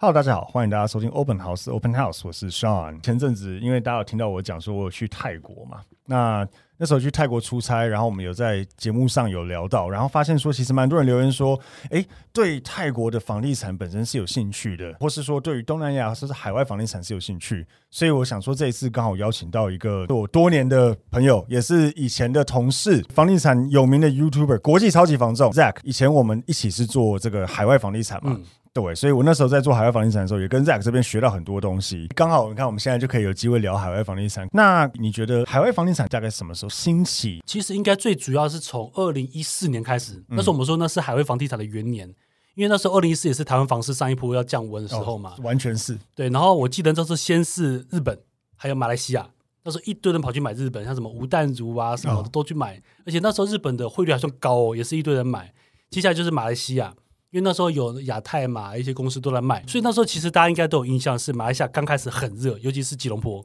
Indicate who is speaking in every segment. Speaker 1: Hello，大家好，欢迎大家收听 Open House Open House，我是 Sean。前阵子因为大家有听到我讲说我有去泰国嘛，那那时候去泰国出差，然后我们有在节目上有聊到，然后发现说其实蛮多人留言说，诶，对泰国的房地产本身是有兴趣的，或是说对于东南亚甚至海外房地产是有兴趣，所以我想说这一次刚好邀请到一个我多年的朋友，也是以前的同事，房地产有名的 YouTuber，国际超级房仲 Zack，以前我们一起是做这个海外房地产嘛。对，所以我那时候在做海外房地产的时候，也跟 Zack 这边学到很多东西。刚好你看，我们现在就可以有机会聊海外房地产。那你觉得海外房地产大概什么时候兴起？
Speaker 2: 其实应该最主要是从二零一四年开始，那时候我们说那是海外房地产的元年，因为那时候二零一四也是台湾房市上一波要降温的时候嘛。
Speaker 1: 哦完全是
Speaker 2: 对，然后我记得这是先是日本，还有马来西亚，那时候一堆人跑去买日本，像什么吴淡如啊什么的都去买，而且那时候日本的汇率还算高哦，也是一堆人买。接下来就是马来西亚，因为那时候有亚太嘛，一些公司都在卖，所以那时候其实大家应该都有印象，是马来西亚刚开始很热，尤其是吉隆坡，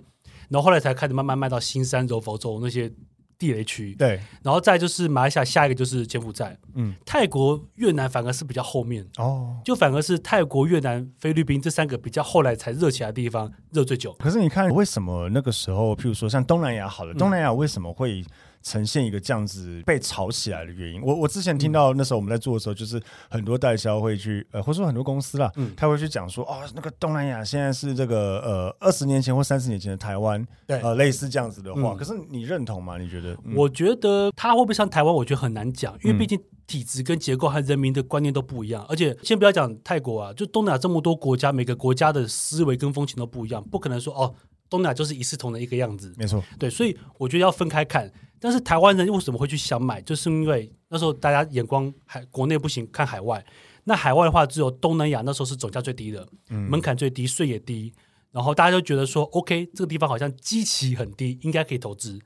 Speaker 2: 然后后来才开始慢慢卖到新山、柔佛州那些地雷区。
Speaker 1: 对
Speaker 2: 然后再就是马来西亚，下一个就是柬埔寨，
Speaker 1: 嗯
Speaker 2: 嗯，泰国、越南反而是比较后面，
Speaker 1: 哦。
Speaker 2: 就反而是泰国、越南、菲律宾这三个比较后来才热起来的地方热最久。
Speaker 1: 可是你看，为什么那个时候，譬如说像东南亚
Speaker 2: 嗯
Speaker 1: 好了，东南亚为什么会呈现一个这样子被炒起来的原因？我我之
Speaker 2: 嗯
Speaker 1: 前听到那时候我们在做的时候，就是很多代销会去，
Speaker 2: 嗯
Speaker 1: 呃，或者说很多公司啦，他会去讲说，哦，那个东南亚现在是这个呃二十年前或三十年前的台湾，
Speaker 2: 对
Speaker 1: 呃，类似这样子的话，
Speaker 2: 嗯
Speaker 1: 可是你认同吗？你觉得？嗯
Speaker 2: 我觉得它会不会像台湾，我觉得很难讲，因为毕竟体制跟结构和人民的观念都不一样。而且先不要讲泰国啊，就东南亚这么多国家，每个国家的思维跟风情都不一样，不可能说哦，东南亚就是一视同仁一个样子。
Speaker 1: 没错，
Speaker 2: 对，所以我觉得要分开看。但是台湾人为什么会去想买，就是因为那时候大家眼光海国内不行，看海外。那海外的话，只有东南亚那时候是总价最低的，门槛最低，税也低，然后大家就觉得说，OK，这个地方好像基期很低，应该可以投资。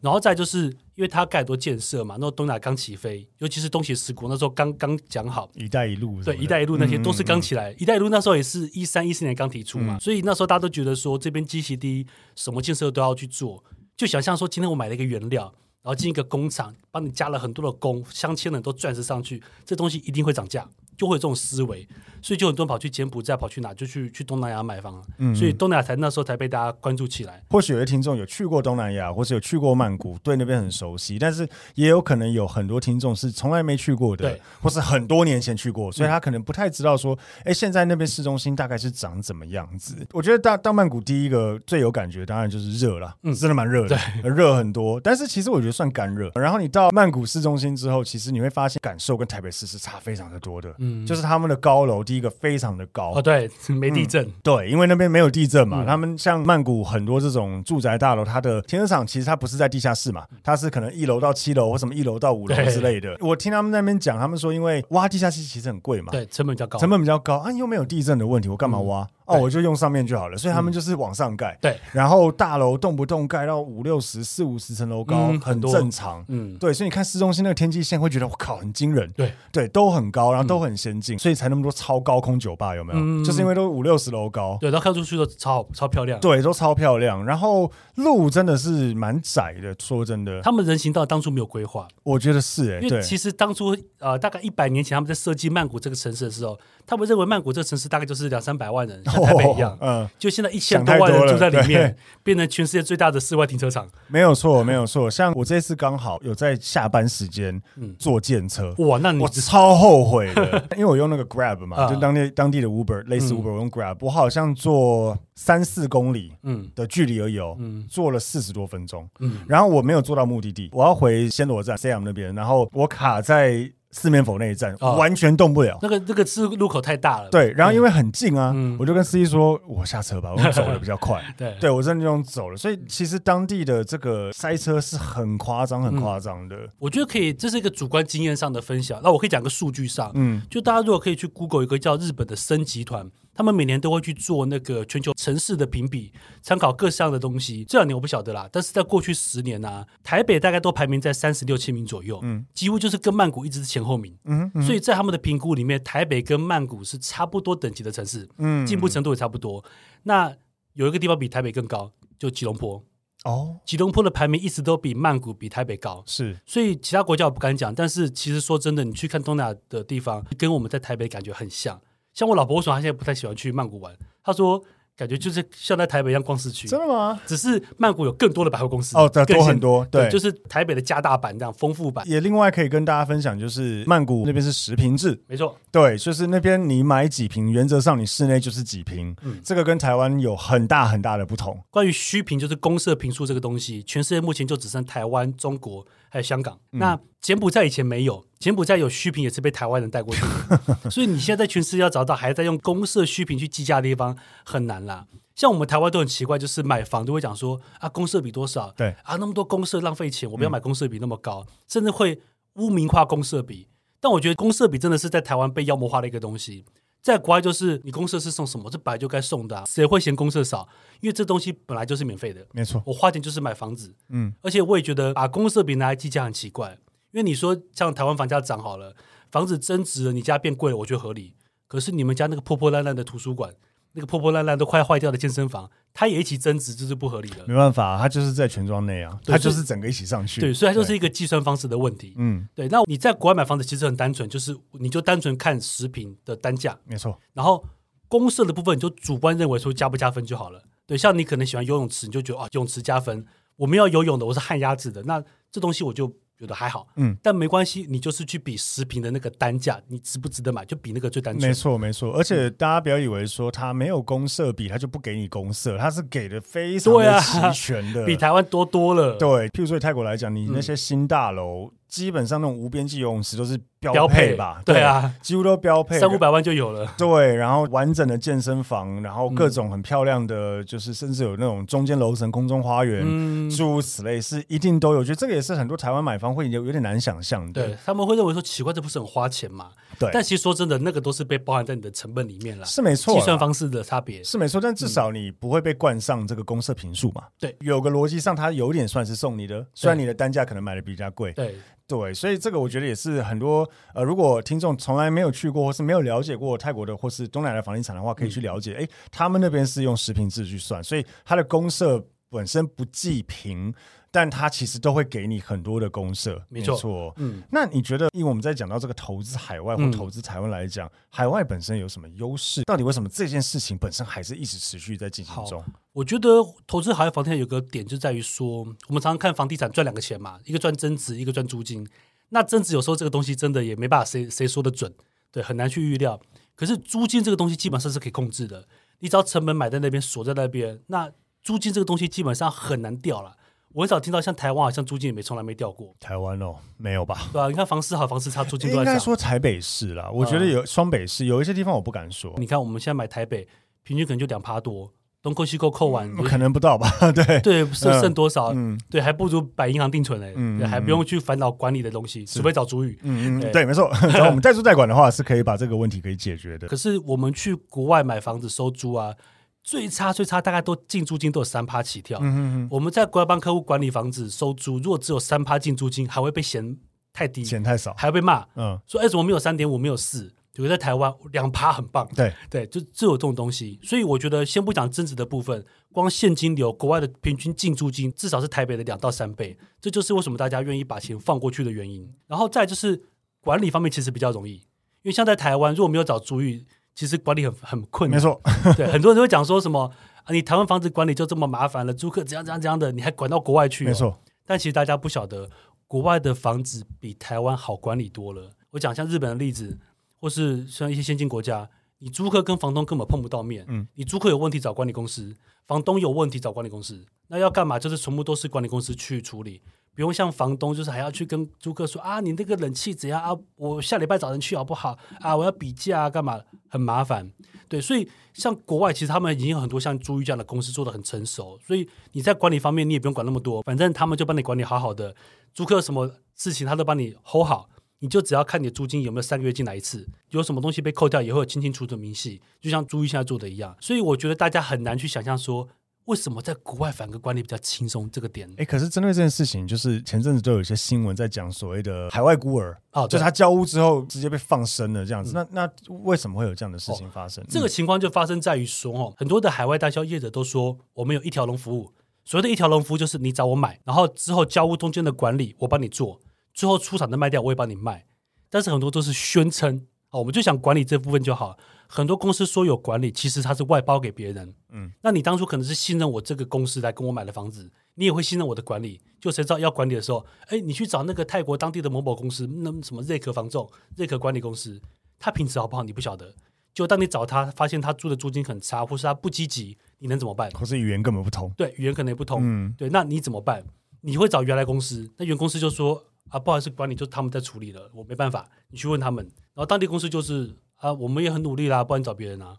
Speaker 2: 然后再就是因为它盖很多建设嘛，那时候东南亚刚起飞，尤其是东协十国那时候刚刚讲好，
Speaker 1: 一带一路什
Speaker 2: 对嗯
Speaker 1: 么，的，
Speaker 2: 一带一路那些都是刚起来。一带一路那时候也是一三一四年刚提出嘛，所以那时候大家都觉得说这边基期低，什么建设都要去做。就想象说，今天我买了一个原料，然后进一个工厂，帮你加了很多的工，镶嵌了很多钻石上去，这东西一定会涨价，就会有这种思维。所以就很多人跑去柬埔寨，跑去哪就去去东南亚买房了。所以东南亚才那时候才被大家关注起来。
Speaker 1: 或许有些听众有去过东南亚，或是有去过曼谷，对那边很熟悉，但是也有可能有很多听众是从来没去过的
Speaker 2: 对，
Speaker 1: 或是很多年前去过，所以他可能不太知道说，哎、现在那边市中心大概是长怎么样子。我觉得到到曼谷第一个最有感觉，当然就是热了，
Speaker 2: 嗯
Speaker 1: 真的蛮热的， 热很多。但是其实我觉得算干热。然后你到曼谷市中心之后，其实你会发现感受跟台北市是差非常的多的，嗯，就是他们的高楼，第一个非常的高，
Speaker 2: 哦，嗯对，没地震，
Speaker 1: 对，因为那边没有地震
Speaker 2: 嗯
Speaker 1: 嘛，他们像曼谷很多这种住宅大楼，它的停车场其实它不是在地下室嘛，它是可能一楼到七楼或什么一楼到五楼
Speaker 2: 嗯对
Speaker 1: 之类 的。我听他们那边讲，他们说因为挖地下室其实很贵嘛，
Speaker 2: 对，成本比较高。
Speaker 1: 成本比较高啊，又没有地震的问题，我干嘛挖？哦，
Speaker 2: 对嗯
Speaker 1: 我就用上面就好了。所以他们就是往上盖，
Speaker 2: 对，
Speaker 1: 然后大楼动不动盖到五六十、四五十层楼高，很
Speaker 2: 嗯很多
Speaker 1: 正常。
Speaker 2: 嗯，
Speaker 1: 对，所以你看市中心那个天际线，会觉得我靠，很惊人。
Speaker 2: 对，
Speaker 1: 对，都很高，
Speaker 2: 嗯
Speaker 1: 然后都很先进，所以才那么多超高空酒吧，有没有？就是因为都五六十楼高，
Speaker 2: 对，然后看出去都超好超漂亮。
Speaker 1: 对，都超漂亮。然后路真的是蛮窄的，说真的，
Speaker 2: 他们人行道当初没有规划，
Speaker 1: 我觉得是哎、
Speaker 2: 因为
Speaker 1: 对，
Speaker 2: 其实当初呃，大概一百年前他们在设计曼谷这个城市的时候，他们认为曼谷这个城市大概就是两三百万人，像台北一样。
Speaker 1: 哦嗯，
Speaker 2: 就现在一千
Speaker 1: 想
Speaker 2: 多
Speaker 1: 太
Speaker 2: 万
Speaker 1: 多
Speaker 2: 人
Speaker 1: 了
Speaker 2: 住在里面
Speaker 1: 对，
Speaker 2: 变成全世界最大的室外停车场。
Speaker 1: 没有错，没有错。像我这次刚好有在下班时间
Speaker 2: 嗯
Speaker 1: 坐电车，
Speaker 2: 哇，那你
Speaker 1: 我超后悔 的，因为我用那个 Grab 嘛，
Speaker 2: 啊嗯
Speaker 1: 就当地当地的 Uber 类似 Uber，、我用 Grab，我好像坐三四公里
Speaker 2: 嗯
Speaker 1: 的距离而已哦，坐了四十多分钟，然后我没有坐到目的地，我要回暹罗站 CM 那边，然后我卡在四面佛那一站，
Speaker 2: 啊
Speaker 1: 完全动不了。
Speaker 2: 那个那个是路口太大了。
Speaker 1: 对，然后因为很近啊，
Speaker 2: 嗯
Speaker 1: 我就跟司机说，我下车吧，我走的比较快。
Speaker 2: 对
Speaker 1: 对，我真的就用走了，所以其实当地的这个塞车是很夸张、
Speaker 2: 嗯
Speaker 1: 很夸张的。
Speaker 2: 我觉得可以，这是一个主观经验上的分享。那我可以讲个数据上，
Speaker 1: 嗯
Speaker 2: 就大家如果可以去 Google 一个叫日本的森集团，他们每年都会去做那个全球城市的评比，参考各项的东西。这两年我不晓得啦，但是在过去十年啊，台北大概都排名在三十六七名左右，
Speaker 1: 嗯
Speaker 2: 几乎就是跟曼谷一直是前后名。
Speaker 1: 嗯哼，
Speaker 2: 所
Speaker 1: 以
Speaker 2: 以在他们的评估里面，台北跟曼谷是差不多等级的城市，
Speaker 1: 嗯
Speaker 2: 进步程度也差不多。那有一个地方比台北更高，就吉隆坡。
Speaker 1: 哦
Speaker 2: 吉隆坡的排名一直都比曼谷、比台北高，
Speaker 1: 是
Speaker 2: 所以其他国家我不敢讲。但是其实说真的，你去看东南亚的地方，跟我们在台北感觉很像。像我老婆为什么她现在不太喜欢去曼谷玩？她说感觉就是像在台北一样逛市区，
Speaker 1: 真的吗？
Speaker 2: 只是曼谷有更多的百货公司
Speaker 1: 哦，对，
Speaker 2: 更
Speaker 1: 多
Speaker 2: 现
Speaker 1: 很多，
Speaker 2: 对，
Speaker 1: 对，
Speaker 2: 就是台北的加大版这样丰富版，
Speaker 1: 也另外可以跟大家分享，就是曼谷那边是十平制，
Speaker 2: 没错，
Speaker 1: 对，就是那边你买几瓶，原则上你室内就是几瓶，
Speaker 2: 嗯
Speaker 1: 这个跟台湾有很大很大的不同。
Speaker 2: 关于虚评，就是公社评述这个东西，全世界目前就只剩台湾、中国还有香港。那柬埔寨以前没有，柬埔寨有虚评也是被台湾人带过去的，所以你现在在全世界要找到还在用公社虚评去计价的地方很难啦。像我们台湾都很奇怪，就是买房都会讲说啊，公社比多少？
Speaker 1: 对
Speaker 2: 啊，那么多公社浪费钱，我不要买公社比那么高，甚至会污名化公社比。但我觉得公社比真的是在台湾被妖魔化的一个东西。在国外就是你公社是送什么，这本来就该送的、啊，谁会嫌公社少？因为这东西本来就是免费的，
Speaker 1: 没错，
Speaker 2: 我花钱就是买房子，
Speaker 1: 嗯，
Speaker 2: 而且我也觉得把公社比拿来计价很奇怪，因为你说像台湾房价涨好了，房子增值了，你家变贵了，我觉得合理。可是你们家那个破破烂烂的图书馆，那个破破烂烂都快坏掉的健身房，它也一起增值，这是不合理的。
Speaker 1: 没办法，它就是在全庄内啊，
Speaker 2: 对
Speaker 1: 它就
Speaker 2: 所
Speaker 1: 是整个一起上去。
Speaker 2: 对，所以它就是一个计算方式的问题。
Speaker 1: 嗯，
Speaker 2: 对，那你在国外买房子其实很单纯，就是你就单纯看食品的单价，
Speaker 1: 没错，
Speaker 2: 然后公社的部分，你就主观认为说加不加分就好了。对，像你可能喜欢游泳池，你就觉得啊，泳池加分。我们要游泳的，我是旱鸭子的，那这东西我就觉得还好。
Speaker 1: 嗯，
Speaker 2: 但没关系，你就是去比食品的那个单价，你值不值得买，就比那个最单
Speaker 1: 没
Speaker 2: 纯。
Speaker 1: 错，没
Speaker 2: 嗯
Speaker 1: 错。而且大家不要以为说它没有公社比，它就不给你公社，它是给的非常
Speaker 2: 对
Speaker 1: 的
Speaker 2: 啊
Speaker 1: 齐全的。
Speaker 2: 比台湾嗯多多了。
Speaker 1: 对，譬如说以泰国来讲，你那些新大楼，基本上那种无边际游泳池都是标
Speaker 2: 标
Speaker 1: 配
Speaker 2: 配
Speaker 1: 吧？
Speaker 2: 对啊，
Speaker 1: 几乎都标配，
Speaker 2: 三五百万就有了。
Speaker 1: 对，然后完整的健身房，然后各种很漂亮的，就是甚至有那种中间楼层、空中花园，
Speaker 2: 嗯，
Speaker 1: 诸如此类是一定都有。我觉得这个也是很多台湾买房会有有点难想象的。
Speaker 2: 对，他们会认为说奇怪，这不是很花钱吗？
Speaker 1: 对
Speaker 2: 但其实说真的，那个都是被包含在你的成本里面了，
Speaker 1: 是没错啦，啊
Speaker 2: 计算方式的差别。
Speaker 1: 是没错，但至少你不会被冠上这个公社评述嘛。
Speaker 2: 嗯对
Speaker 1: 有个逻辑上它有点算是送你的，虽然你的单价可能买的比人家贵。
Speaker 2: 对，
Speaker 1: 对，所以这个我觉得也是很多呃，如果听众从来没有去过或是没有了解过泰国的或是东南亚的房地产的话，
Speaker 2: 嗯
Speaker 1: 可以去了解。哎、他们那边是用食品制去算，所以它的公社本身不计平，但它其实都会给你很多的公社。
Speaker 2: 没错嗯。
Speaker 1: 那你觉得，因为我们在讲到这个投资海外或
Speaker 2: 嗯
Speaker 1: 投资台湾来讲，海外本身有什么优势？到底为什么这件事情本身还是一直持续在进行
Speaker 2: 好
Speaker 1: 中？
Speaker 2: 我觉得投资海外房地产有个点就在于说，我们常常看房地产赚两个钱嘛，一个赚增值，一个赚租金。那增值有时候这个东西真的也没办法谁谁说的准，对，很难去预料。可是租金这个东西基本上是可以控制的，你只要成本买在那边，锁在那边，那租金这个东西基本上很难掉了。我很少听到像台湾好像租金也没从来没掉过，
Speaker 1: 台湾哦，没有 吧？
Speaker 2: 对吧、你看房市好，房市差，租金都
Speaker 1: 应
Speaker 2: 在嗯
Speaker 1: 该
Speaker 2: 涨。
Speaker 1: 说台北市啦，我觉得有双北市有一些地方我不敢说，
Speaker 2: 你看我们现在买台北，平均可能就两趴多，东扣西扣扣完，
Speaker 1: 嗯 可能不到吧？对，
Speaker 2: 对，剩剩多少？
Speaker 1: 嗯
Speaker 2: 对，还不如摆银行定存嘞、
Speaker 1: 嗯
Speaker 2: 对还不用去烦恼管理的东西，除非找主语。
Speaker 1: 嗯嗯，
Speaker 2: 对
Speaker 1: 对，没错。 然后我们代租代管的话，是可以把这个问题可以解决的。
Speaker 2: 可是我们去国外买房子收租啊，最差最差大概都净租金都有三趴起跳。
Speaker 1: 嗯嗯
Speaker 2: 我们在国外帮客户管理房子收租，如果只有三趴净租金，还会被嫌太低
Speaker 1: 嗯，，钱太 少，
Speaker 2: 还会被骂
Speaker 1: 嗯，
Speaker 2: 说：“哎，怎么没有三点五，没有四？”结果在台湾两趴很棒。
Speaker 1: 对，
Speaker 2: 对，就就有这种东西，所以我觉得先不讲增值的部分，光现金流，国外的平均净租金至少是台北的两到三倍，这就是为什么大家愿意把钱放过去的原因。然后再来就是管理方面其实比较容易，因为像在台湾，如果没有找租遇，其实管理很很困
Speaker 1: 没
Speaker 2: 难。
Speaker 1: 错，
Speaker 2: 对，很多人都会讲说什么啊，你台湾房子管理就这么麻烦了，租客怎样怎样怎样的，你还管到国外去、哦
Speaker 1: 没。错，
Speaker 2: 但其实大家不晓得，国外的房子比台湾好管理多了。我讲像日本的例子，或是像一些先进国家，你租客跟房东根本碰不到面，
Speaker 1: 嗯
Speaker 2: 你租客有问题找管理公司，房东有问题找管理公司，那要干嘛？就是全部都是管理公司去处理。不用像房东，就是还要去跟租客说啊，你那个冷气怎样啊？我下礼拜找人去好不好啊？我要比价啊，干嘛？很麻烦。对，所以像国外其实他们已经有很多像租遇这样的公司做的很成熟，所以你在管理方面你也不用管那么多，反正他们就帮你管理好好的，租客有什么事情他都帮你 hold 好，你你就只要看你的租金有没有三个月进来一次，有什么东西被扣掉，也会有清清楚楚的明细，就像租玉现在做的一样。所以我觉得大家很难去想象说，为什么在国外反而管理比较轻松这个点。
Speaker 1: 哎、可是针对这件事情，就是前阵子都有一些新闻在讲所谓的海外孤儿，
Speaker 2: 哦，
Speaker 1: 就
Speaker 2: 对嗯
Speaker 1: 是他交屋之后直接被放生了这样子。那那为什么会有这样的事情发生？
Speaker 2: 这个情况就发生在于说，哦，很多的海外代销业者都说，我们有一条龙服务。所谓的一条龙服务，就是你找我买，然后之后交屋中间的管理我帮你做，最后出厂再卖掉我也帮你卖。但是很多都是宣称啊，我们就想管理这部分就好。很多公司说有管理，其实它是外包给别人。
Speaker 1: 嗯
Speaker 2: 嗯，那你当初可能是信任我这个公司来跟我买了房子，你也会信任我的管理。就谁知道要管理的时候，哎，你去找那个泰国当地的某某公司，那什么瑞可房仲、瑞可管理公司，他品质好不好你不晓得。就当你找他，发现他租的租金很差，或是他不积极，你能怎么办？
Speaker 1: 嗯或是语言根本不通。
Speaker 2: 对，语言可能也不通。
Speaker 1: 嗯，
Speaker 2: 对，那你怎么办？你会找原来公司，那原公司就说啊，不好意思，管理就他们在处理了，我没办法，你去问他们。然后当地公司就是啊，我们也很努力啦，不然你找别人啊。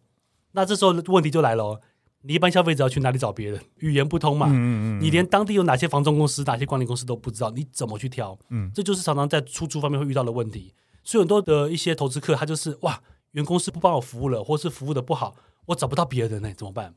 Speaker 2: 那这时候问题就来了哦，你一般消费者要去哪里找别人？语言不通嘛，
Speaker 1: 嗯嗯嗯，
Speaker 2: 你连当地有哪些房仲公司、哪些管理公司都不知道，你怎么去挑？
Speaker 1: 嗯
Speaker 2: 嗯，这就是常常在出租方面会遇到的问题。所以很多的一些投资客，他就是哇，原公司不帮我服务了，或是服务的不好，我找不到别人呢、怎么办？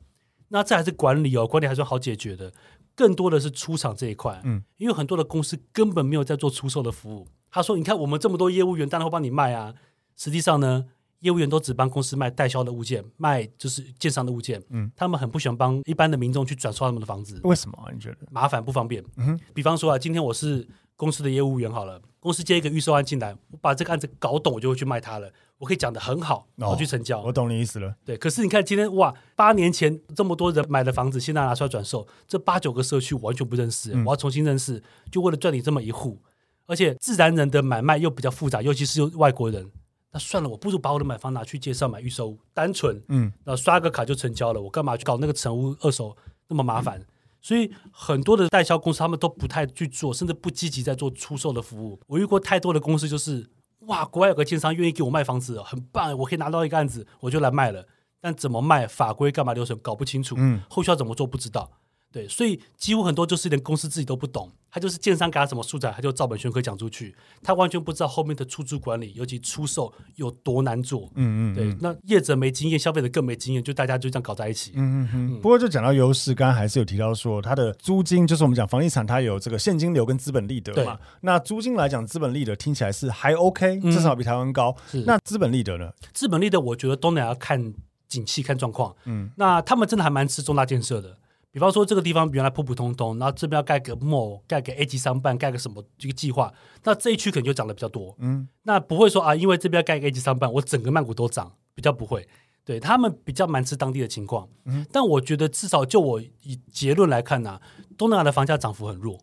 Speaker 2: 那这还是管理哦，管理还算好解决的，更多的是出厂这一块，
Speaker 1: 嗯
Speaker 2: 嗯，因为很多的公司根本没有在做出售的服务。他说：“你看，我们这么多业务员，当然会帮你卖啊。实际上呢，业务员都只帮公司卖代销的物件，卖就是建商的物件，
Speaker 1: 嗯
Speaker 2: 嗯，他们很不喜欢帮一般的民众去转售他们的房子。
Speaker 1: 为什么啊、你觉得？
Speaker 2: 麻烦不方便。
Speaker 1: 嗯哼
Speaker 2: 比方说啊，今天我是公司的业务员好了，公司接一个预售案进来，我把这个案子搞懂，我就会去卖它了。我可以讲的很好，
Speaker 1: 哦
Speaker 2: 我去成交。
Speaker 1: 我懂你意思了。
Speaker 2: 对，可是你看今天哇，八年前这么多人买的房子，现在拿出来转售，这八九个社区我完全不认识，欸
Speaker 1: 嗯
Speaker 2: 我要重新认识，就为了赚你这么一户。而且自然人的买卖又比较复杂，尤其是外国人。那算了，我不如把我的买房拿去介绍买预售屋，单纯
Speaker 1: 嗯，
Speaker 2: 那刷个卡就成交了，我干嘛去搞那个成屋二手那么麻烦？所以很多的代销公司他们都不太去做，甚至不积极在做出售的服务。我遇过太多的公司就是，哇，国外有个建商愿意给我卖房子，很棒，我可以拿到一个案子，我就来卖了。但怎么卖，法规干嘛流程搞不清楚，
Speaker 1: 嗯
Speaker 2: 后续要怎么做不知道。对，所以几乎很多就是连公司自己都不懂，他就是建商给他什么素材，他就照本宣科讲出去，他完全不知道后面的出租管理，尤其出售有多难做。
Speaker 1: 嗯嗯，
Speaker 2: 对，那业者没经验，消费者更没经验，就大家就这样搞在一起。
Speaker 1: 嗯嗯嗯。不过就讲到优势，刚刚还是有提到说，它的租金就是我们讲房地产，它有这个现金流跟资本利得嘛。那租金来讲，资本利得听起来是还 OK，、
Speaker 2: 嗯
Speaker 1: 至少比台湾高。
Speaker 2: 是
Speaker 1: 那资本利得呢？
Speaker 2: 资本利的，我觉得东南亚看景气、看状况。
Speaker 1: 嗯
Speaker 2: 嗯，那他们真的还蛮吃重大建设的。比方说，这个地方原来普普通通，然后这边要盖个 mall，盖个 A 级商办，盖个什么这个计划，那这一区可能就涨得比较多。
Speaker 1: 嗯
Speaker 2: 嗯，那不会说啊，因为这边要盖个 A 级商办，我整个曼谷都涨，比较不会。对他们比较蛮吃当地的情况。嗯，但我觉得至少就我以结论来看呢、东南亚的房价涨幅很弱。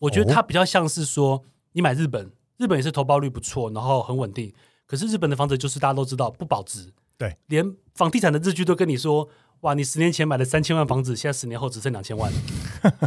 Speaker 2: 我觉得它比较像是说，你买日本，日本也是投报率不错，然后很稳定。可是日本的房子就是大家都知道不保值，
Speaker 1: 对，
Speaker 2: 连房地产的日剧都跟你说，哇，你十年前买了三千万房子，现在十年后只剩两千 万。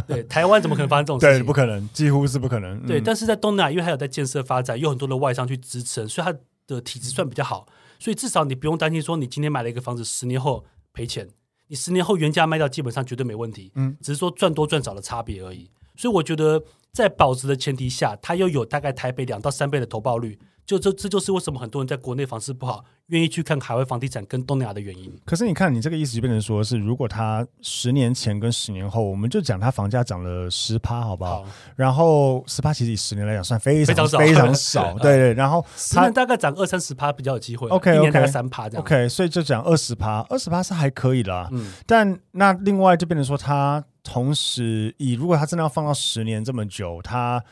Speaker 2: 对，台湾怎么可能发生这种事
Speaker 1: 对，
Speaker 2: 情
Speaker 1: 不？可能，几乎是不可能。
Speaker 2: 对，
Speaker 1: 嗯
Speaker 2: 但是在东南亚，因为还有在建设发展，有很多的外商去支撑，所以它的体质算比较好，所以至少你不用担心说你今天买了一个房子，十年后赔钱，你十年后原价卖掉基本上绝对没问题，
Speaker 1: 嗯
Speaker 2: 嗯，只是说赚多赚少的差别而已。所以我觉得在保值的前提下，它又有大概台北两到三倍的投报率，就这这就是为什么很多人在国内房市不好，愿意去看海外房地产跟东南亚的原因。
Speaker 1: 可是你看，你这个意思就变成说是，如果它十年前跟十年后，我们就讲它房价涨了十趴，好不好？
Speaker 2: 好，
Speaker 1: 然后十趴其实以十年来讲算非常
Speaker 2: 非常少
Speaker 1: 非常少，对对。然后
Speaker 2: 十
Speaker 1: 它
Speaker 2: 年大概涨二三十趴比较有机会
Speaker 1: OK，
Speaker 2: 一年大概
Speaker 1: OK
Speaker 2: 三趴这样。
Speaker 1: OK，所以就讲二十趴，二十趴是还可以啦。
Speaker 2: 嗯，
Speaker 1: 但那另外就变成说，它同时以如果它真的要放到十年这么久，它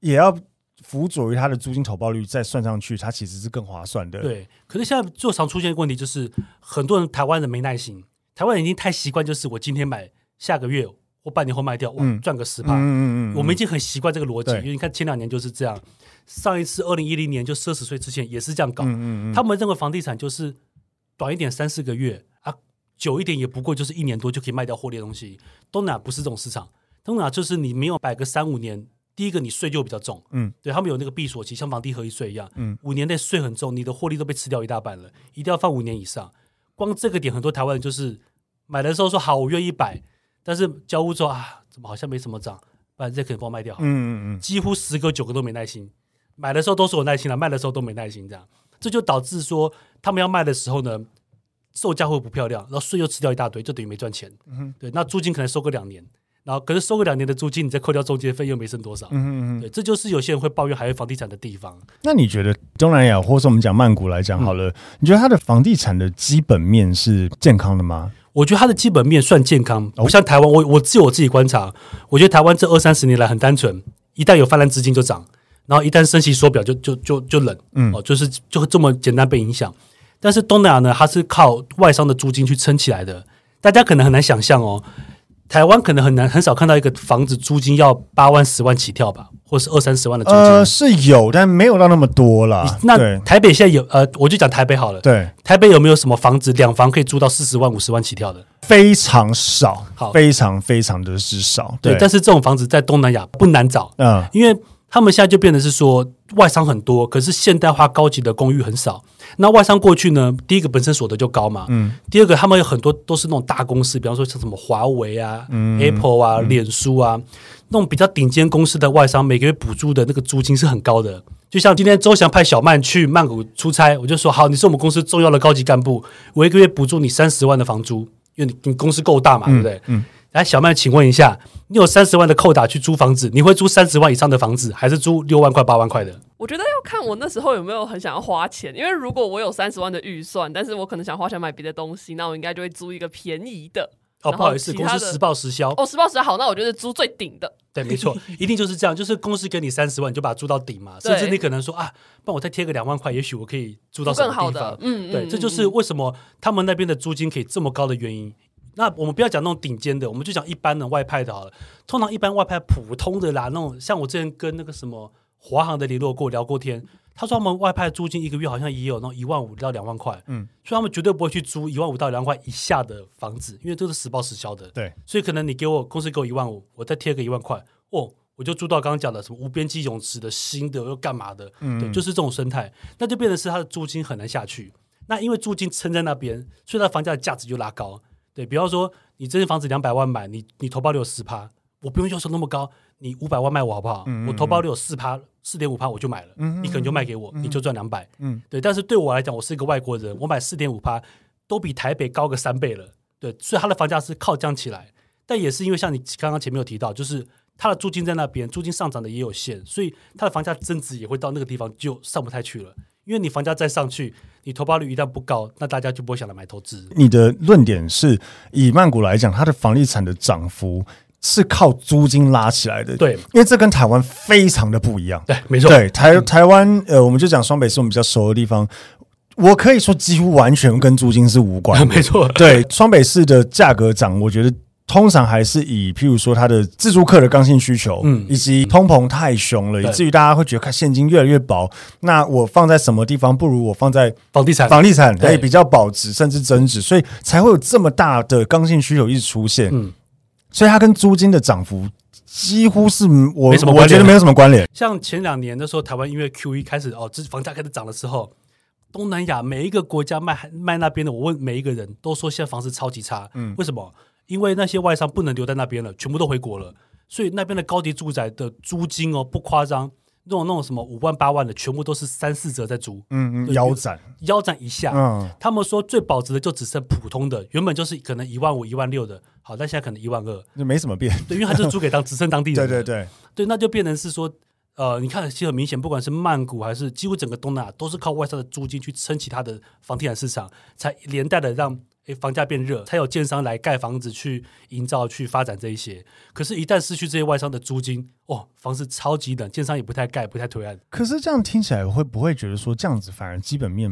Speaker 1: 也要辅佐于它的租金投报率再算上去，它其实是更划算的。，
Speaker 2: 对，可是现在最常出现一个问题就是，很多人台湾人没耐心，台湾人已经太习惯，就是我今天买，下个月或半年后卖掉，哇
Speaker 1: 嗯，
Speaker 2: 赚个十
Speaker 1: 嗯
Speaker 2: 趴。
Speaker 1: 嗯嗯嗯，
Speaker 2: 我们已经很习惯这个逻辑，
Speaker 1: 对
Speaker 2: 因为你看前两年就是这样，上一次二零一零年就奢侈税之前也是这样搞，
Speaker 1: 嗯嗯嗯，
Speaker 2: 他们认为房地产就是短一点三四个月啊，久一点也不过就是一年多就可以卖掉获利的东西。东南亚不是这种市场，东南亚就是你没有摆个三五年，第一个你税就比较重，
Speaker 1: 嗯
Speaker 2: 嗯，对他们有那个闭锁期，像房地合一税一样，
Speaker 1: 嗯
Speaker 2: 嗯，五年内税很重，你的获利都被吃掉一大半了，一定要放五年以上。光这个点，很多台湾人就是买的时候说好，我愿意摆，但是交屋之后啊，怎么好像没什么涨，不然这可能帮我卖掉好
Speaker 1: 嗯
Speaker 2: 了。
Speaker 1: 嗯嗯。
Speaker 2: 几乎十个九个都没耐心。买的时候都是有耐心了，啊卖的时候都没耐心，这样这就导致说他们要卖的时候呢，售价会不漂亮，然后税又吃掉一大堆，就等于没赚钱。
Speaker 1: 嗯
Speaker 2: 对，那租金可能收个两年，然后可是收个两年的租金，你再扣掉中介费又没剩多少。
Speaker 1: 嗯嗯嗯。
Speaker 2: 对，这就是有些人会抱怨海外房地产的地方。
Speaker 1: 那你觉得东南亚，或是我们讲曼谷来讲好
Speaker 2: 嗯
Speaker 1: 了，你觉得它的房地产的基本面是健康的吗？
Speaker 2: 我觉得它的基本面算健康，
Speaker 1: 哦
Speaker 2: 不像台湾。我我只有我自己观察，我觉得台湾这二三十年来很单纯，一旦有泛滥资金就涨，然后一旦升息缩表就就就就冷，
Speaker 1: 嗯
Speaker 2: 哦，就是就这么简单被影响。但是东南亚呢，它是靠外商的租金去撑起来的，大家可能很难想象哦。台湾可能很难很少看到一个房子租金要八万十万起跳吧，或是二三十万的租金。
Speaker 1: 呃，是有，但没有到那么多啦。
Speaker 2: 嗯那
Speaker 1: 对
Speaker 2: 台北现在有呃，我就讲台北好了。
Speaker 1: 对，
Speaker 2: 台北有没有什么房子两房可以租到四十万、五十万起跳的？
Speaker 1: 非常少
Speaker 2: 好，
Speaker 1: 非常非常的之少。
Speaker 2: 对，但是这种房子在东南亚不难找，
Speaker 1: 嗯
Speaker 2: 因为他们现在就变得是说外商很多，可是现代化高级的公寓很少。那外商过去呢，第一个本身所得就高嘛，
Speaker 1: 嗯
Speaker 2: 第二个他们有很多都是那种大公司，比方说像什么华为啊、
Speaker 1: 嗯
Speaker 2: Apple 啊、脸书啊，那种比较顶尖公司的外商，每个月补助的那个租金是很高的。就像今天周翔派小曼去曼谷出差，我就说好，你是我们公司重要的高级干部，我一个月补助你三十万的房租，因为你你公司够大嘛，对不对？
Speaker 1: 嗯，
Speaker 2: 来，小曼，请问一下，你有三十万的扣打去租房子，你会租三十万以上的房子，还是租六万块、八万块的？哦
Speaker 3: 我觉得要看我那时候有没有很想要花钱，因为如果我有三十万的预算，但是我可能想花钱买别的东西，那我应该就会租一个便宜的。
Speaker 2: 哦，
Speaker 3: 然后
Speaker 2: 不好意思，
Speaker 3: 其
Speaker 2: 公
Speaker 3: 他
Speaker 2: 司
Speaker 3: 的
Speaker 2: 实报实销。
Speaker 3: 哦，十报十好，那我就是租最顶的。
Speaker 2: 对，没 错，一定就是这样，就是公司给你三十万，你就把它租到顶嘛。甚
Speaker 3: 对
Speaker 2: 至你可能说啊，帮我再贴个两万块，也许我可以租到
Speaker 3: 租
Speaker 2: 什
Speaker 3: 更
Speaker 2: 么
Speaker 3: 好
Speaker 2: 地
Speaker 3: 的
Speaker 2: 方，。
Speaker 3: 嗯，
Speaker 2: 对，
Speaker 3: 嗯
Speaker 2: 这就是
Speaker 3: 嗯
Speaker 2: 为什么他们那边的租金可以这么高的原因。那我们不要讲那种顶尖的，我们就讲一般的外派的好了。通常一般外派普通的啦，那种像我之前跟那个什么华航的联络过聊过天，他说他们外派租金一个月好像也有那种一万五到两万块，
Speaker 1: 嗯
Speaker 2: 嗯，所以他们绝对不会去租一万五到两万块以下的房子，因为这是实报实销的。
Speaker 1: 对，
Speaker 2: 所以可能你给我公司给我一万五，我再贴个一万块，哦，我就租到刚刚讲的什么无边际泳池的新的又干嘛的，
Speaker 1: 嗯
Speaker 2: 对，就是这种生态，那就变成是它的租金很难下去。那因为租金撑在那边，所以它房价的价值就拉高。对比方说，你这间房子两百万买，你你投报率有十趴，我不用要求那么高，你五百万卖我好不好？
Speaker 1: 嗯嗯
Speaker 2: 我投报率有四趴，四点五趴我就买了，
Speaker 1: 嗯嗯
Speaker 2: 你可能就卖给我，
Speaker 1: 嗯
Speaker 2: 你就赚两百。
Speaker 1: 嗯，
Speaker 2: 对，但是对我来讲，我是一个外国人，我买四点五趴都比台北高个三倍了。对，所以它的房价是靠降起来，但也是因为像你刚刚前面有提到，就是它的租金在那边，租金上涨的也有限，所以它的房价增值也会到那个地方就上不太去了。因为你房价再上去，你投报率一旦不高，那大家就不会想来买投资。
Speaker 1: 你的论点是以曼谷来讲，它的房地产的涨幅是靠租金拉起来的，，
Speaker 2: 对
Speaker 1: 因为这跟台湾非常的不一样。
Speaker 2: 对，没错，
Speaker 1: 对台台湾，呃，我们就讲双北是我们比较熟的地方，我可以说几乎完全跟租金是无关的。
Speaker 2: 没错，
Speaker 1: 对，双北市的价格涨，我觉得通常还是以譬如说它的自住客的刚性需求，
Speaker 2: 嗯
Speaker 1: 以及通膨太凶了，以
Speaker 2: 对
Speaker 1: 至于大家会觉得看现金越来越薄。那我放在什么地方，不如我放在
Speaker 2: 房地产
Speaker 1: 房地产，
Speaker 2: 对
Speaker 1: 哎，比较保值甚至增值，所以才会有这么大的刚性需求一直出现。
Speaker 2: 嗯
Speaker 1: 所以它跟租金的涨幅几乎是我
Speaker 2: 没什么
Speaker 1: 我
Speaker 2: 关
Speaker 1: 觉得
Speaker 2: 联
Speaker 1: 没有什么关联。
Speaker 2: 像前两年的时候，台湾因为 Q E 开始哦，这房价开始涨的时候，东南亚每一个国家卖卖那边的，我问每一个人都说现在房市超级差，
Speaker 1: 嗯
Speaker 2: 为什么？因为那些外商不能留在那边了，全部都回国了，所以那边的高级住宅的租金哦，不夸张，那种那种什么五万八万的，全部都是三四折在租，
Speaker 1: 嗯嗯，
Speaker 2: 对
Speaker 1: 腰斩，
Speaker 2: 腰斩一下，
Speaker 1: 嗯，
Speaker 2: 他们说最保值的就只剩普通的，原本就是可能一万五、一万六的，好，但现在可能一万二，
Speaker 1: 就没什么变。
Speaker 2: 对，因为他就租给当只剩当地人
Speaker 1: 对
Speaker 2: 了，
Speaker 1: 对对，
Speaker 2: 对，那就变成是说，呃，你看，其实很明显，不管是曼谷还是几乎整个东南亚，都是靠外商的租金去撑起它的房地产市场，才连带的让诶房价变热，才有建商来盖房子去营造、去发展这一些。可是，一旦失去这些外商的租金，哦，房市超级冷，建商也不太盖，不太推案。
Speaker 1: 可是这样听起来会不会觉得说这样子反而基本面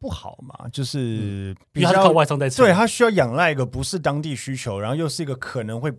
Speaker 1: 不好嘛？就是比
Speaker 2: 嗯因为它是
Speaker 1: 较
Speaker 2: 靠外商在撑，
Speaker 1: 对它需要仰赖一个不是当地需求，然后又是一个可能会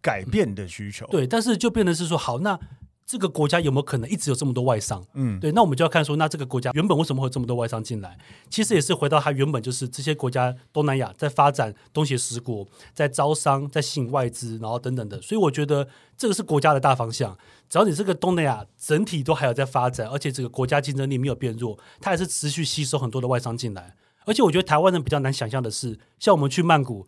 Speaker 1: 改变的需求。，
Speaker 2: 对，但是就变成是说，好，那这个国家有没有可能一直有这么多外商？
Speaker 1: 嗯，
Speaker 2: 对，那我们就要看说，那这个国家原本为什么会有这么多外商进来？其实也是回到它原本就是这些国家东南亚在发展东协十国，在招商，在吸引外资，然后等等的。所以我觉得这个是国家的大方向。只要你这个东南亚整体都还有在发展，而且这个国家竞争力没有变弱，它还是持续吸收很多的外商进来。而且我觉得台湾人比较难想象的是，像我们去曼谷，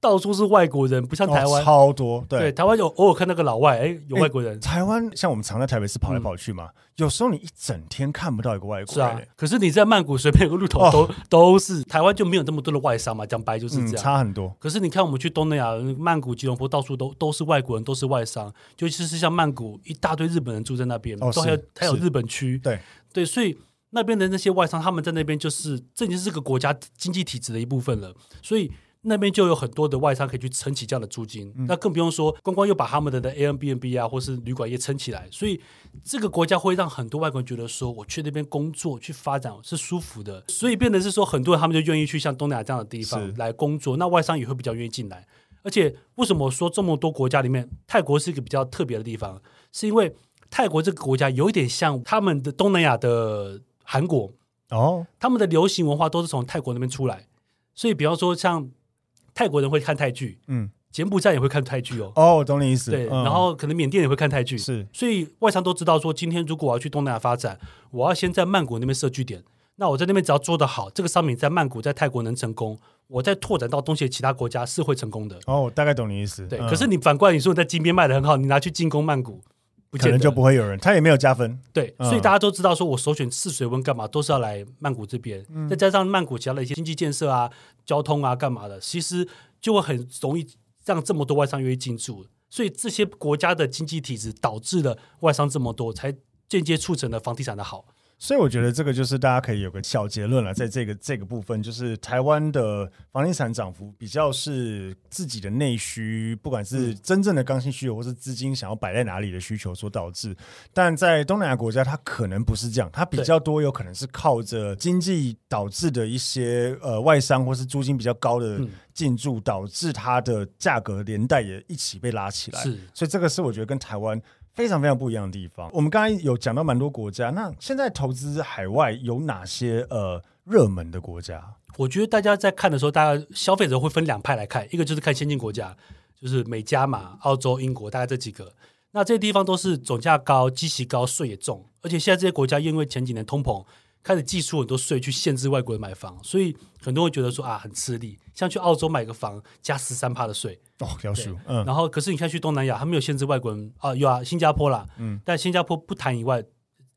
Speaker 2: 到处是外国人，不像台湾。
Speaker 1: 哦超多，对。
Speaker 2: 台湾有偶尔看那个老外，哎、有外国人、嗯
Speaker 1: 台湾像我们常在台北市跑来跑去嘛，有时候你一整天看不到一个外国人、
Speaker 2: 是啊，可是你在曼谷随便有个路头都、都是台湾，就没有这么多的外商嘛。讲白就是
Speaker 1: 哦嗯，
Speaker 2: 这样。
Speaker 1: 差很多。
Speaker 2: 可是你看，我们去东南亚，曼谷、吉隆坡到处都都是外国人，都是外商，尤其是像曼谷，一大堆日本人住在那边，
Speaker 1: 哦
Speaker 2: 都还有
Speaker 1: 是
Speaker 2: 还有
Speaker 1: 是
Speaker 2: 日本区，
Speaker 1: 对
Speaker 2: 对，所以那边的那些外商，他们在那边就是这已经是这个国家经济体制的一部分了，所以。那边就有很多的外商可以去撑起这样的租金，那更不用说观光又把他们的的 Airbnb 啊，或是旅馆业撑起来，所以这个国家会让很多外国人觉得说，我去那边工作去发展是舒服的，所以变得是说很多人他们就愿意去像东南亚这样的地
Speaker 1: 是
Speaker 2: 方来工作，那外商也会比较愿意进来。而且为什么我说这么多国家里面，泰国是一个比较特别的地方，是因为泰国这个国家有一点像他们的东南亚的韩国，
Speaker 1: 哦，
Speaker 2: 他们的流行文化都是从泰国那边出来，所以比方说像泰国人会看泰剧，
Speaker 1: 嗯，
Speaker 2: 柬埔寨也会看泰剧哦，
Speaker 1: 哦，我懂你意思。
Speaker 2: 对，
Speaker 1: 嗯
Speaker 2: 然后可能缅甸也会看泰剧，
Speaker 1: 是
Speaker 2: 所以外商都知道说，今天如果我要去东南亚发展，我要先在曼谷那边设据点。那我在那边只要做得好，这个商品在曼谷、在泰国能成功，我再拓展到东协其他国家是会成功的。
Speaker 1: 哦，我大概懂你意思。
Speaker 2: 对，
Speaker 1: 嗯
Speaker 2: 可是你反过来，你说你在金边卖的很好，你拿去进攻曼谷，不
Speaker 1: 可
Speaker 2: 见
Speaker 1: 能
Speaker 2: 得
Speaker 1: 就不会有人，他也没有加分。
Speaker 2: 对，
Speaker 1: 嗯
Speaker 2: 所以大家都知道，说我首选试水温干嘛，都是要来曼谷这边。再加上曼谷其他的一些经济建设啊、交通啊、干嘛的，其实就会很容易让这么多外商愿意进驻。所以这些国家的经济体制导致了外商这么多，才间接促成了房地产的好。
Speaker 1: 所以我觉得这个就是大家可以有个小结论了，在这个这个部分，就是台湾的房地产涨幅比较是自己的内需，不管是
Speaker 2: 嗯
Speaker 1: 真正的刚性需求，或是资金想要摆在哪里的需求所导致。但在东南亚国家，它可能不是这样，它比较多有可能是靠着经济导致的一些呃外商或是租金比较高的
Speaker 2: 嗯
Speaker 1: 进驻，导致它的价格连带也一起被拉起来。
Speaker 2: 是
Speaker 1: 所以这个是我觉得跟台湾非常非常不一样的地方。我们刚才有讲到蛮多国家，那现在投资海外有哪些呃热门的国家？
Speaker 2: 我觉得大家在看的时候，大家消费者会分两派来看，一个就是看先进国家，就是美加嘛、澳洲、英国，大概这几个。那这些地方都是总价高、基息高、税也重，而且现在这些国家因为前几年通膨，开始寄出很多税去限制外国人买房，所以很多人会觉得说啊很吃力。像去澳洲买个房加十三趴的税，
Speaker 1: 哦，要
Speaker 2: 对
Speaker 1: 数，嗯，
Speaker 2: 然后可是你看去东南亚，他没有限制外国人啊，有啊，新加坡啦，
Speaker 1: 嗯
Speaker 2: 嗯，但新加坡不谈以外，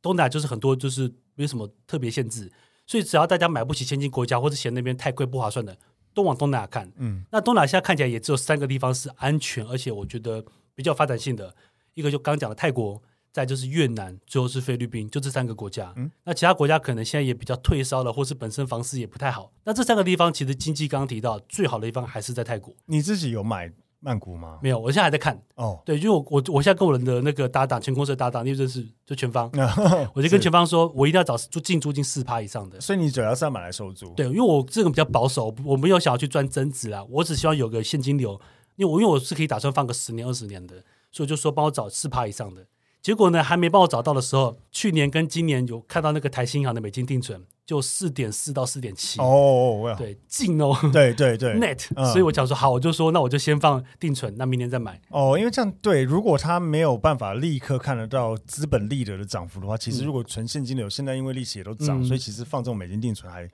Speaker 2: 东南亚就是很多就是没有什么特别限制，所以只要大家买不起先进国家或者嫌那边太贵不划算的，都往东南亚看。
Speaker 1: 嗯
Speaker 2: 嗯，那东南亚现在看起来也只有三个地方是安全，而且我觉得比较有发展性的，一个就刚讲的泰国。再就是越南，最后是菲律宾，就这三个国家。
Speaker 1: 嗯
Speaker 2: 那其他国家可能现在也比较退烧了，或是本身房市也不太好。那这三个地方其实经济刚刚提到最好的地方还是在泰国。
Speaker 1: 你自己有买曼谷吗？
Speaker 2: 没有，我现在还在看，
Speaker 1: 哦，
Speaker 2: 对，因为我我我现在跟我的那个搭档，全公司的搭档，因为认识就全方，我 就跟
Speaker 1: 嗯是
Speaker 2: 全方说，我一定要找租进租金四趴以上的。
Speaker 1: 哦所以你主要是要买来收租，
Speaker 2: 对，因为我这个比较保守，我不我没有想要去赚增值啊，我只希望有个现金流，因为我因为我是可以打算放个十年二十年的，所以我就说帮我找四趴以上的。结果呢，还没帮我找到的时候，去年跟今年有看到那个台新银行的美金定存就四点四到四点七
Speaker 1: 哦，，哦，我要，
Speaker 2: 对，近哦
Speaker 1: 对对对
Speaker 2: ，net，、
Speaker 1: 嗯
Speaker 2: 所以我想说好，我就说那我就先放定存，那明年再买。
Speaker 1: 哦，因为这样对，如果他没有办法立刻看得到资本利得的涨幅的话，其实
Speaker 2: 嗯
Speaker 1: 如果纯现金流现在因为利息也都涨，
Speaker 2: 嗯
Speaker 1: 所以其实放这种美金定存还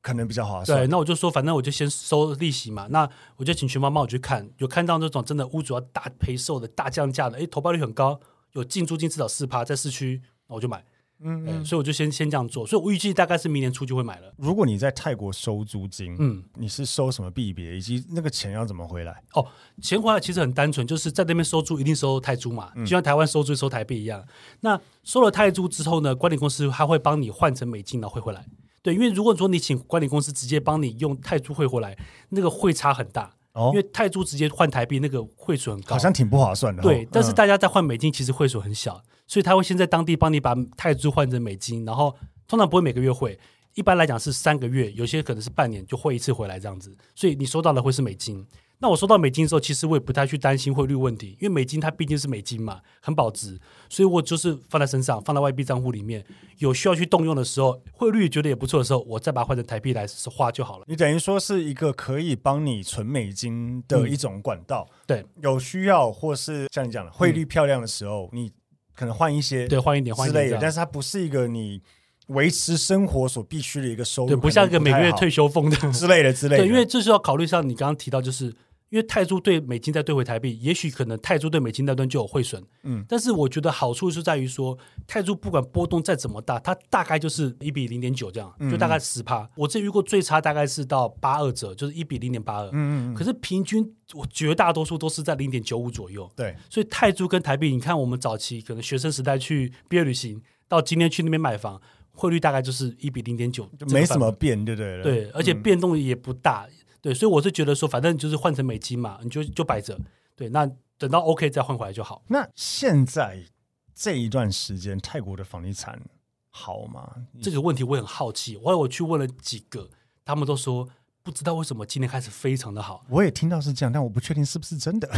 Speaker 1: 可能比较划算
Speaker 2: 对，。那我就说，反正我就先收利息嘛。那我就请全妈帮我去看，有看到那种真的屋主要大赔售的大降价的，诶，投报率很高，有净租金至少四趴，在市区，那我就买。
Speaker 1: 嗯
Speaker 2: 对，
Speaker 1: 嗯，
Speaker 2: 所以我就先先这样做。所以我预计大概是明年初就会买了。
Speaker 1: 如果你在泰国收租金，
Speaker 2: 嗯，
Speaker 1: 你是收什么币别，以及那个钱要怎么回来？
Speaker 2: 哦钱回来其实很单纯，就是在那边收租一定收泰铢嘛，就像台湾收租收台币一样。那收了泰铢之后呢，管理公司它会帮你换成美金，然后汇回来。对，因为如果说你请管理公司直接帮你用泰铢汇回来，那个汇差很大，
Speaker 1: 哦
Speaker 2: 因为泰铢直接换台币那个汇损很高，
Speaker 1: 好像挺不划算的哈。
Speaker 2: 对，但是
Speaker 1: 嗯
Speaker 2: 大家在换美金，其实汇损很小，所以他会先在当地帮你把泰铢换成美金，然后通常不会每个月汇，一般来讲是三个月，有些可能是半年就汇一次回来这样子，所以你收到的会是美金。那我收到美金的时候，其实我也不太去担心汇率问题，因为美金它毕竟是美金嘛，很保值，所以我就是放在身上，放在外币账户里面，有需要去动用的时候，汇率觉得也不错的时候，我再把它换成台币来花就好了。
Speaker 1: 你等于说是一个可以帮你存美金的一种管道。
Speaker 2: 嗯对，嗯
Speaker 1: 有需要或是像你讲的汇率漂亮的时候，你可能换一些
Speaker 2: 对，换一点，换
Speaker 1: 之
Speaker 2: 一点
Speaker 1: 类的，
Speaker 2: 这样，
Speaker 1: 但是它不是一个你维持生活所必须的一个收入，
Speaker 2: 对，不像一个每个月退
Speaker 1: 休嗯
Speaker 2: 休俸的
Speaker 1: 之类的之类的。
Speaker 2: 对，因为这是要考虑上你刚刚提到，就是因为泰铢对美金再兑回台币，也许可能泰铢对美金那端就有汇损，
Speaker 1: 嗯
Speaker 2: 嗯，但是我觉得好处是在于说，泰铢不管波动再怎么大，它大概就是一比零点九这样，
Speaker 1: 嗯
Speaker 2: 就大概十趴。我这遇过最差大概是到八二折，就是一比零点八二，
Speaker 1: 嗯嗯嗯，
Speaker 2: 可是平均我绝大多数都是在零点九五左右，
Speaker 1: 对，
Speaker 2: 所以泰铢跟台币，你看我们早期可能学生时代去毕业旅行，到今天去那边买房，汇率大概就是一比零点九，
Speaker 1: 就没什么变，对对
Speaker 2: 对，而且变动也不大，对，所以我是觉得说，反正就是换成美金嘛，你就就摆着，对，那等到 OK 再换回来就好。
Speaker 1: 那现在这一段时间，泰国的房地产好吗？
Speaker 2: 这个问题我很好奇，后来我去问了几个，他们都说不知道为什么今年开始非常的好。
Speaker 1: 我也听到是这样，但我不确定是不是真 的。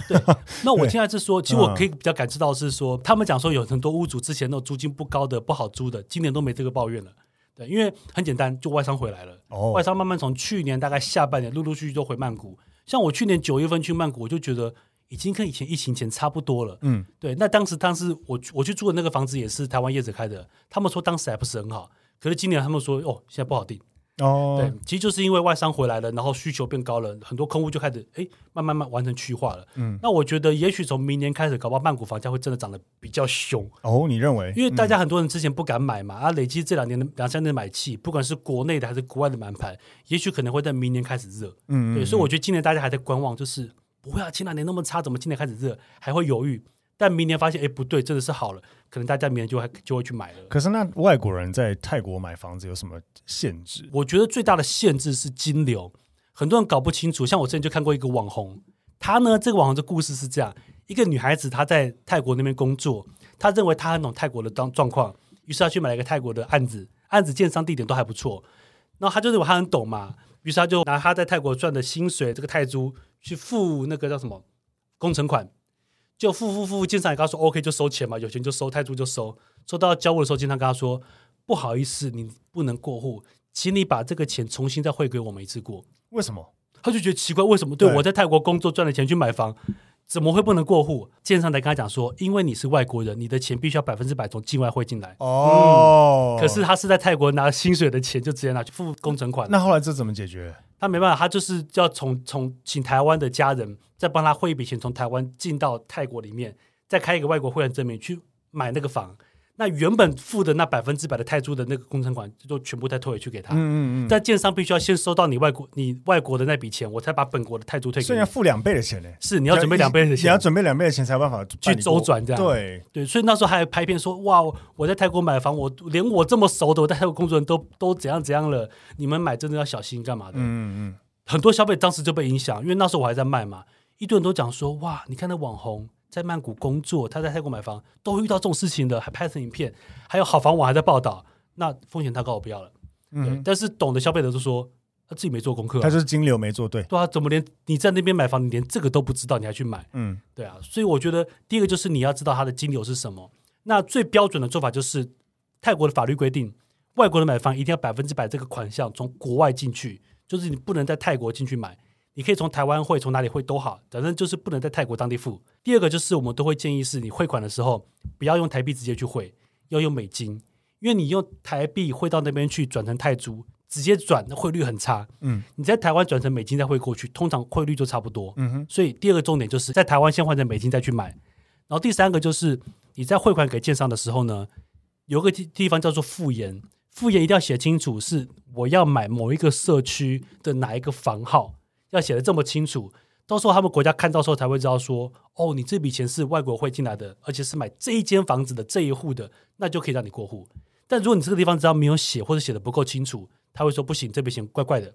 Speaker 2: 那我
Speaker 1: 对
Speaker 2: 现在是说，其实我可以比较感知到是说，他们讲说有很多屋主之前那种租金不高的不好租的，今年都没这个抱怨了。对，因为很简单，就外商回来了。
Speaker 1: 哦
Speaker 2: 外商慢慢从去年大概下半年陆陆续续都回曼谷。像我去年九月份去曼谷，我就觉得已经跟以前疫情前差不多了。
Speaker 1: 嗯，
Speaker 2: 对。那当时当时我我去住的那个房子也是台湾业者开的，他们说当时还不是很好，可是今年他们说哦，现在不好定。对
Speaker 1: 哦，，
Speaker 2: 其实就是因为外商回来了，然后需求变高了，很多空屋就开始哎，慢慢慢完成区化了。
Speaker 1: 嗯，
Speaker 2: 那我觉得也许从明年开始，搞不好曼谷房价会真的涨得比较凶，
Speaker 1: 哦，你认为？
Speaker 2: 因为大家很多人之前不敢买嘛，啊，累积这两年的两三年的买气，不管是国内的还是国外的满盘，也许可能会在明年开始热。
Speaker 1: 嗯，嗯
Speaker 2: 对，所以我觉得今年大家还在观望，就是不会啊，前两年那么差，怎么今年开始热，还会犹豫。但明年发现，哎，不对，真的是好了，可能大家明年就会就会去买了。
Speaker 1: 可是那外国人在泰国买房子有什么限制？
Speaker 2: 我觉得最大的限制是金流，很多人搞不清楚。像我之前就看过一个网红，他呢，这个网红的故事是这样：一个女孩子她在泰国那边工作，她认为她很懂泰国的当状况，于是她去买了一个泰国的案子，案子建商地点都还不错，然后她就认为她很懂嘛，于是她就拿她在泰国赚的薪水这个泰铢去付那个叫什么工程款。就付付付，建商也跟他说 OK 就收钱嘛，有钱就收，泰铢就收。收到交屋的时候，建商跟他说不好意思，你不能过户，请你把这个钱重新再汇给我们一次过。
Speaker 1: 为什么？
Speaker 2: 他就觉得奇怪，为什么对
Speaker 1: 对
Speaker 2: 我在泰国工作赚了钱去买房，怎么会不能过户？建商才跟他讲说，因为你是外国人，你的钱必须要百分之百从境外汇进
Speaker 1: 嗯
Speaker 2: 来。
Speaker 1: 哦，
Speaker 2: 可是他是在泰国拿薪水的钱，就直接拿去付工程款。
Speaker 1: 那后来这怎么解决？
Speaker 2: 他没办法，他就是要从从请台湾的家人再帮他汇一笔钱，从台湾进到泰国里面，再开一个外国会员证明去买那个房。那原本付的那百分之百的泰铢的那个工程款，就全部再退回去给他。
Speaker 1: 嗯嗯
Speaker 2: 但建商必须要先收到你外国你外国的那笔钱，我才把本国的泰铢退
Speaker 1: 嗯，
Speaker 2: 给
Speaker 1: 所以
Speaker 2: 你
Speaker 1: 要。付两倍的钱呢。
Speaker 2: 是你要准备两倍的
Speaker 1: 你要
Speaker 2: 钱，
Speaker 1: 准备两倍的钱才有办法办理
Speaker 2: 去周
Speaker 1: 过
Speaker 2: 转这样
Speaker 1: 对，
Speaker 2: 对，所以那时候还拍片说，哇，我在泰国买房，我连我这么熟的我在泰国工作人都都怎样怎样了，你们买真的要小心干嘛的？
Speaker 1: 嗯嗯嗯，
Speaker 2: 很多消费当时就被影响，因为那时候我还在卖嘛，一堆人都讲说，哇，你看那网红在曼谷工作，他在泰国买房，都会遇到这种事情的，还拍成影片，还有好房网还在报道，那风险太高，我不要了。
Speaker 1: 嗯
Speaker 2: 对，但是懂的消费者就说，他自己没做功课啊、
Speaker 1: 他就是金流没做对。
Speaker 2: 对啊，怎么连你在那边买房，你连这个都不知道，你还去买？
Speaker 1: 嗯，
Speaker 2: 对啊，所以我觉得第一个就是你要知道它的金流是什么。那最标准的做法就是泰国的法律规定，外国人买房一定要百分之百这个款项从国外进去，就是你不能在泰国进去买，你可以从台湾汇，从哪里汇都好，反正就是不能在泰国当地付。第二个就是我们都会建议是你汇款的时候不要用台币直接去汇，要用美金，因为你用台币汇到那边去转成泰铢，直接转汇率很差。
Speaker 1: 嗯，
Speaker 2: 你在台湾转成美金再汇过去，通常汇率就差不多。
Speaker 1: 嗯哼，
Speaker 2: 所以第二个重点就是在台湾先换成美金再去买。然后第三个就是你在汇款给建商的时候呢，有个地地方叫做附言，附言一定要写清楚，是我要买某一个社区的哪一个房号，要写的这么清楚。到时候他们国家看到时候才会知道说，哦，你这笔钱是外国汇进来的，而且是买这一间房子的这一户的，那就可以让你过户。但如果你这个地方只要没有写或者写的不够清楚，他会说不行，这笔钱怪怪的。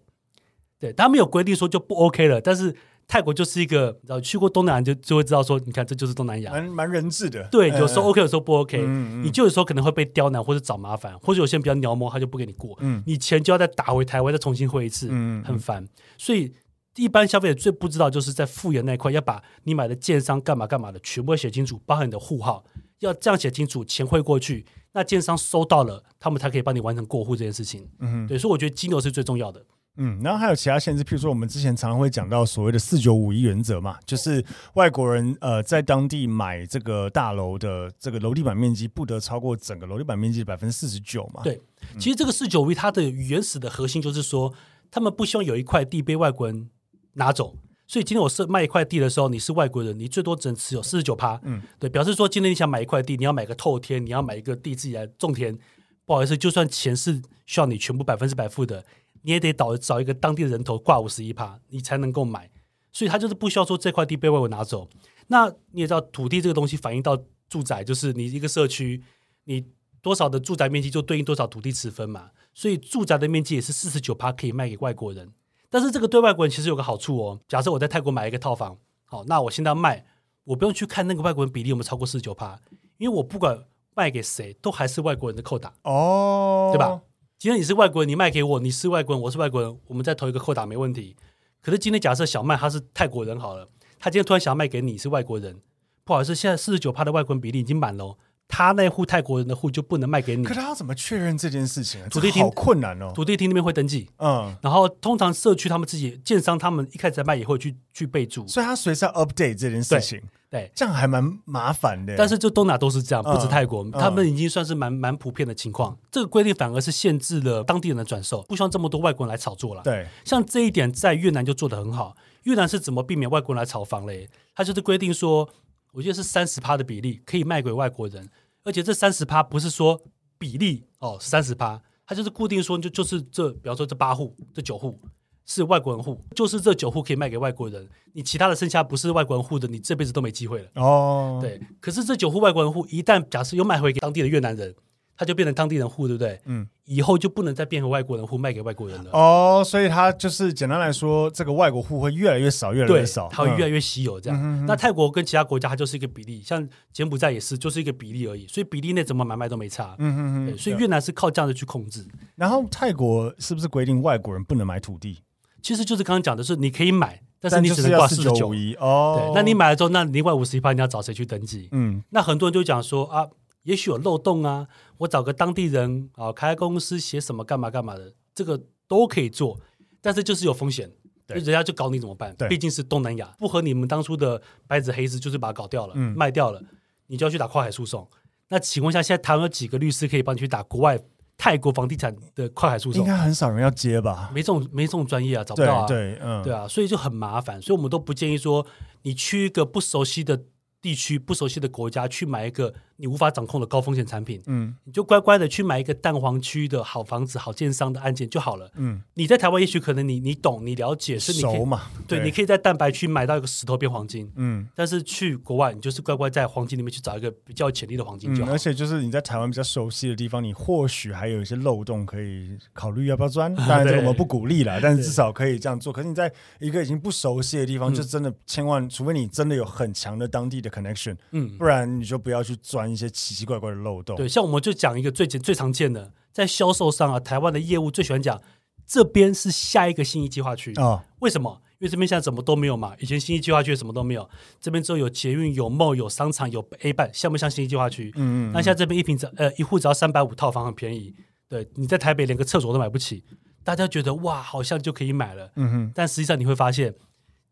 Speaker 2: 对，他们有规定说就不 OK 了，但是泰国就是一个，你知道去过东南亚就就会知道说，你看这就是东南亚，
Speaker 1: 蛮蛮人质的。
Speaker 2: 对，有时
Speaker 1: 嗯
Speaker 2: 候 OK，有时候不 OK，、
Speaker 1: 嗯嗯
Speaker 2: 你就有时候可能会被刁难或者找麻烦，或者有些人比较鸟毛，他就不给你过，
Speaker 1: 嗯
Speaker 2: 你钱就要再打回台湾，再重新汇一次，
Speaker 1: 嗯嗯
Speaker 2: 很烦。所以一般消费者最不知道就是在复原那一块，要把你买的建商干嘛干嘛的全部要写清楚，包含你的户号，要这样写清楚，钱汇过去，那建商收到了，他们才可以帮你完成过户这件事情。
Speaker 1: 嗯
Speaker 2: 对，所以我觉得金流是最重要的。
Speaker 1: 嗯，然后还有其他限制，譬如说我们之前常常会讲到所谓的四九五一原则嘛，就是外国人呃在当地买这个大楼的这个楼地板面积不得超过整个楼地板面积的百分之四十九嘛。嗯
Speaker 2: 对其实这个四九 V 它的原始的核心就是说，他们不希望有一块地被外国人拿走，所以今天我是卖一块地的时候，你是外国人，你最多只能持有四十九趴。
Speaker 1: 嗯，
Speaker 2: 对，表示说今天你想买一块地，你要买个透天，你要买一个地自己来种田。不好意思，就算钱是需要你全部百分之百付的，你也得找找一个当地人头挂五十一趴，你才能够买。所以他就是不需要说这块地被外国拿走。那你也知道，土地这个东西反映到住宅，就是你一个社区，你多少的住宅面积就对应多少土地持分嘛。所以住宅的面积也是四十九趴可以卖给外国人。但是这个对外国人其实有个好处哦。假设我在泰国买一个套房，好，那我现在要卖，我不用去看那个外国人比例有没有超过四十九趴，因为我不管卖给谁，都还是外国人的扣打。
Speaker 1: 哦，
Speaker 2: 对吧？嗯今天你是外国人，你卖给我，你是外国人，我是外国人，我们再投一个扣打没问题。可是今天假设小麦他是泰国人好了，他今天突然想要卖给你是外国人，不好意思，现在四十九趴的外国人比例已经满了哦，他那户泰国人的户就不能卖给你
Speaker 1: 可。他要怎么确认这件事情啊？
Speaker 2: 土地
Speaker 1: 这好
Speaker 2: 厅
Speaker 1: 困难哦。
Speaker 2: 土地厅那边会登记，
Speaker 1: 嗯，
Speaker 2: 然后通常社区他们自己建商他们一开始在卖也会去去备注，
Speaker 1: 所以他随时要 update 这件事情，
Speaker 2: 对。
Speaker 1: 这样还蛮麻烦的。
Speaker 2: 但是就东南亚都是这样，不止
Speaker 1: 嗯
Speaker 2: 泰国，他
Speaker 1: 嗯
Speaker 2: 们已经算是蛮蛮普遍的情况。这个规定反而是限制了当地人的转售，不希望这么多外国人来炒作了。
Speaker 1: 对，
Speaker 2: 像这一点在越南就做得很好。越南是怎么避免外国人来炒房嘞？他就是规定说，我记得是三十趴的比例可以卖给外国人，而且这三十趴不是说比例哦，三十趴，他就是固定说就就是这，比方说这八户、这九户是外国人户，就是这九户可以卖给外国人，你其他的剩下不是外国人户的，你这辈子都没机会了。
Speaker 1: 哦，，
Speaker 2: 对，可是这九户外国人户一旦假设又卖回给当地的越南人，他就变成当地人户，对不对？
Speaker 1: 嗯，
Speaker 2: 以后就不能再变成外国人户卖给外国人了。
Speaker 1: 哦，所以他就是简单来说，这个外国户会越来越少，越来
Speaker 2: 对
Speaker 1: 越，少，
Speaker 2: 它会越来
Speaker 1: 嗯
Speaker 2: 越稀有这
Speaker 1: 嗯
Speaker 2: 样。
Speaker 1: 哼哼
Speaker 2: 那泰国跟其他国家它就是一个比例，像柬埔寨也是，就是一个比例而已，所以比例内怎么买卖都没差。
Speaker 1: 嗯哼哼
Speaker 2: 对，所以
Speaker 1: 对
Speaker 2: 越南是靠这样的去控制，
Speaker 1: 然后泰国是不是规定外国人不能买土地？
Speaker 2: 其实就是刚刚讲的是你可以买，但是
Speaker 1: 但
Speaker 2: 你
Speaker 1: 就
Speaker 2: 只
Speaker 1: 是
Speaker 2: 能
Speaker 1: 要
Speaker 2: 挂
Speaker 1: 四
Speaker 2: 四十
Speaker 1: 九
Speaker 2: 九
Speaker 1: 五。一哦。
Speaker 2: 对，那你买了之后，那另外五十一趴你要找谁去登记？
Speaker 1: 嗯
Speaker 2: 那很多人就讲说啊，也许有漏洞啊，我找个当地人啊，开公司写什么干嘛干嘛的，这个都可以做，但是就是有风险，就
Speaker 1: 对
Speaker 2: 人家就搞你怎么办
Speaker 1: 对？
Speaker 2: 毕竟是东南亚，不合你们当初的白纸黑字，就是把它搞掉了，
Speaker 1: 嗯
Speaker 2: 卖掉了，你就要去打跨海诉讼。那请问一下，现在台湾有几个律师可以帮你去打国外泰国房地产的跨海诉
Speaker 1: 应
Speaker 2: 讼？
Speaker 1: 该很少人要接吧？
Speaker 2: 没这种没这种专业啊，找不
Speaker 1: 对
Speaker 2: 到啊。
Speaker 1: 对嗯
Speaker 2: 对啊，所以就很麻烦，所以我们都不建议说你去一个不熟悉的地区、不熟悉的国家去买一个你无法掌控的高风险产品，
Speaker 1: 嗯
Speaker 2: 你就乖乖的去买一个蛋黄区的好房子、好建商的案件就好了。
Speaker 1: 嗯，
Speaker 2: 你在台湾也许可能你你懂、你了解，是你可
Speaker 1: 熟
Speaker 2: 以
Speaker 1: 嘛？
Speaker 2: 对，你可以在蛋白区买到一个石头变黄金，
Speaker 1: 嗯。
Speaker 2: 但是去国外你就是乖乖在黄金里面去找一个比较有潜力的黄金就
Speaker 1: 嗯，
Speaker 2: 好。
Speaker 1: 而且就是你在台湾比较熟悉的地方，你或许还有一些漏洞可以考虑要不要 钻。当然，这个我们不鼓励啦，但是至少可以这样做。可是你在一个已经不熟悉的地方，
Speaker 2: 嗯
Speaker 1: 就真的千万，除非你真的有很强的当地的 connection，
Speaker 2: 嗯
Speaker 1: 不，然你就不要去钻一些奇奇怪怪的漏洞。
Speaker 2: 对，像我们就讲一个最简最常见的，在销售上啊，台湾的业务最喜欢讲这边是下一个新一计划区。
Speaker 1: 啊，
Speaker 2: 为什么？因为这边现在什么都没有嘛，以前新一计划区什么都没有，这边只有有捷运、有 mall、有商场、有 A 办，像不像新一计划区？
Speaker 1: 嗯
Speaker 2: 那现在这边一平只呃一户只要三百五，套房很便宜。对，你在台北连个厕所都买不起，大家觉得哇，好像就可以买了，
Speaker 1: 嗯哼，
Speaker 2: 但实际上你会发现，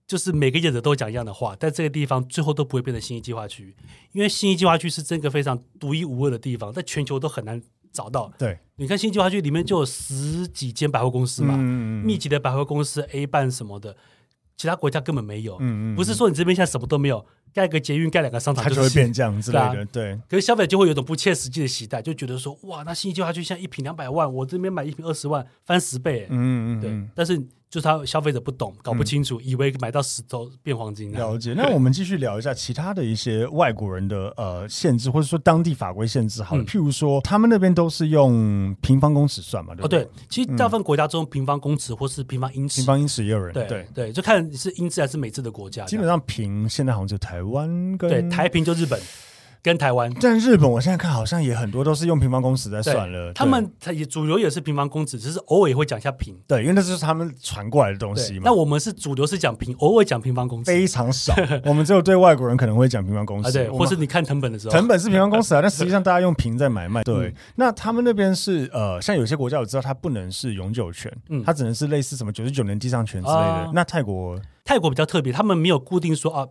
Speaker 2: 就是每个业者都讲一样的话，但这个地方最后都不会变成新一计划区，因为新一计划区是真个非常独一无二的地方，在全球都很难找到。
Speaker 1: 对，
Speaker 2: 你看新一计划区里面就有十几间百货公司嘛，
Speaker 1: 嗯
Speaker 2: 密集的百货公司 A 办什么的，其他国家根本没有。
Speaker 1: 嗯
Speaker 2: 不是说你这边现在什么都没有，盖个捷运盖两个商场
Speaker 1: 它就会
Speaker 2: 是
Speaker 1: 变。这样之类
Speaker 2: 对
Speaker 1: 的，对，
Speaker 2: 可是消费者就会有一种不切实际的期待，就觉得说哇，那新一计划区现在一瓶两百万，我这边买一瓶二十万，翻十倍、欸。
Speaker 1: 嗯嗯
Speaker 2: 对
Speaker 1: 嗯，，
Speaker 2: 但是就是他消费者不懂，搞不清楚，以为买到石头变黄金、啊。
Speaker 1: 嗯了解。那我们继续聊一下其他的一些外国人的呃限制，或者说当地法规限制好了，
Speaker 2: 嗯
Speaker 1: 譬如说他们那边都是用平方公尺算嘛，对不
Speaker 2: 哦，
Speaker 1: 对？
Speaker 2: 对，其实大部分国家都用平方公尺或是平方英尺
Speaker 1: 平，方英尺也有人
Speaker 2: 对
Speaker 1: 对，
Speaker 2: 对，就看你是英制还是美制的国家。
Speaker 1: 基本上平现在好像就台湾
Speaker 2: 这样
Speaker 1: 跟
Speaker 2: 对台。平就日本跟台湾，
Speaker 1: 但日本我现在看好像也很多都是用平方公尺在
Speaker 2: 对
Speaker 1: 啊算了，
Speaker 2: 他们它也主流也是平方公尺，只是偶尔也会讲一下平。
Speaker 1: 对对，因为那就是他们传过来的东西
Speaker 2: 对，
Speaker 1: 嘛。
Speaker 2: 那我们是主流是讲平，偶尔讲平方公尺
Speaker 1: 非常 少，我们只有对外国人可能会讲平方公
Speaker 2: 啊，
Speaker 1: 尺，
Speaker 2: 对，
Speaker 1: 我
Speaker 2: 或
Speaker 1: 们
Speaker 2: 是你看藤本的时候，
Speaker 1: 成本是平方公尺啊，但实际上大家用平在买卖。对
Speaker 2: 嗯，
Speaker 1: 那他们那边是呃，像有些国家我知道它不能是永久权，
Speaker 2: 嗯
Speaker 1: 它只能是类似什么九十九年地上权之类的
Speaker 2: 啊。
Speaker 1: 那泰国
Speaker 2: 泰国比较特别，他们没有固定说啊，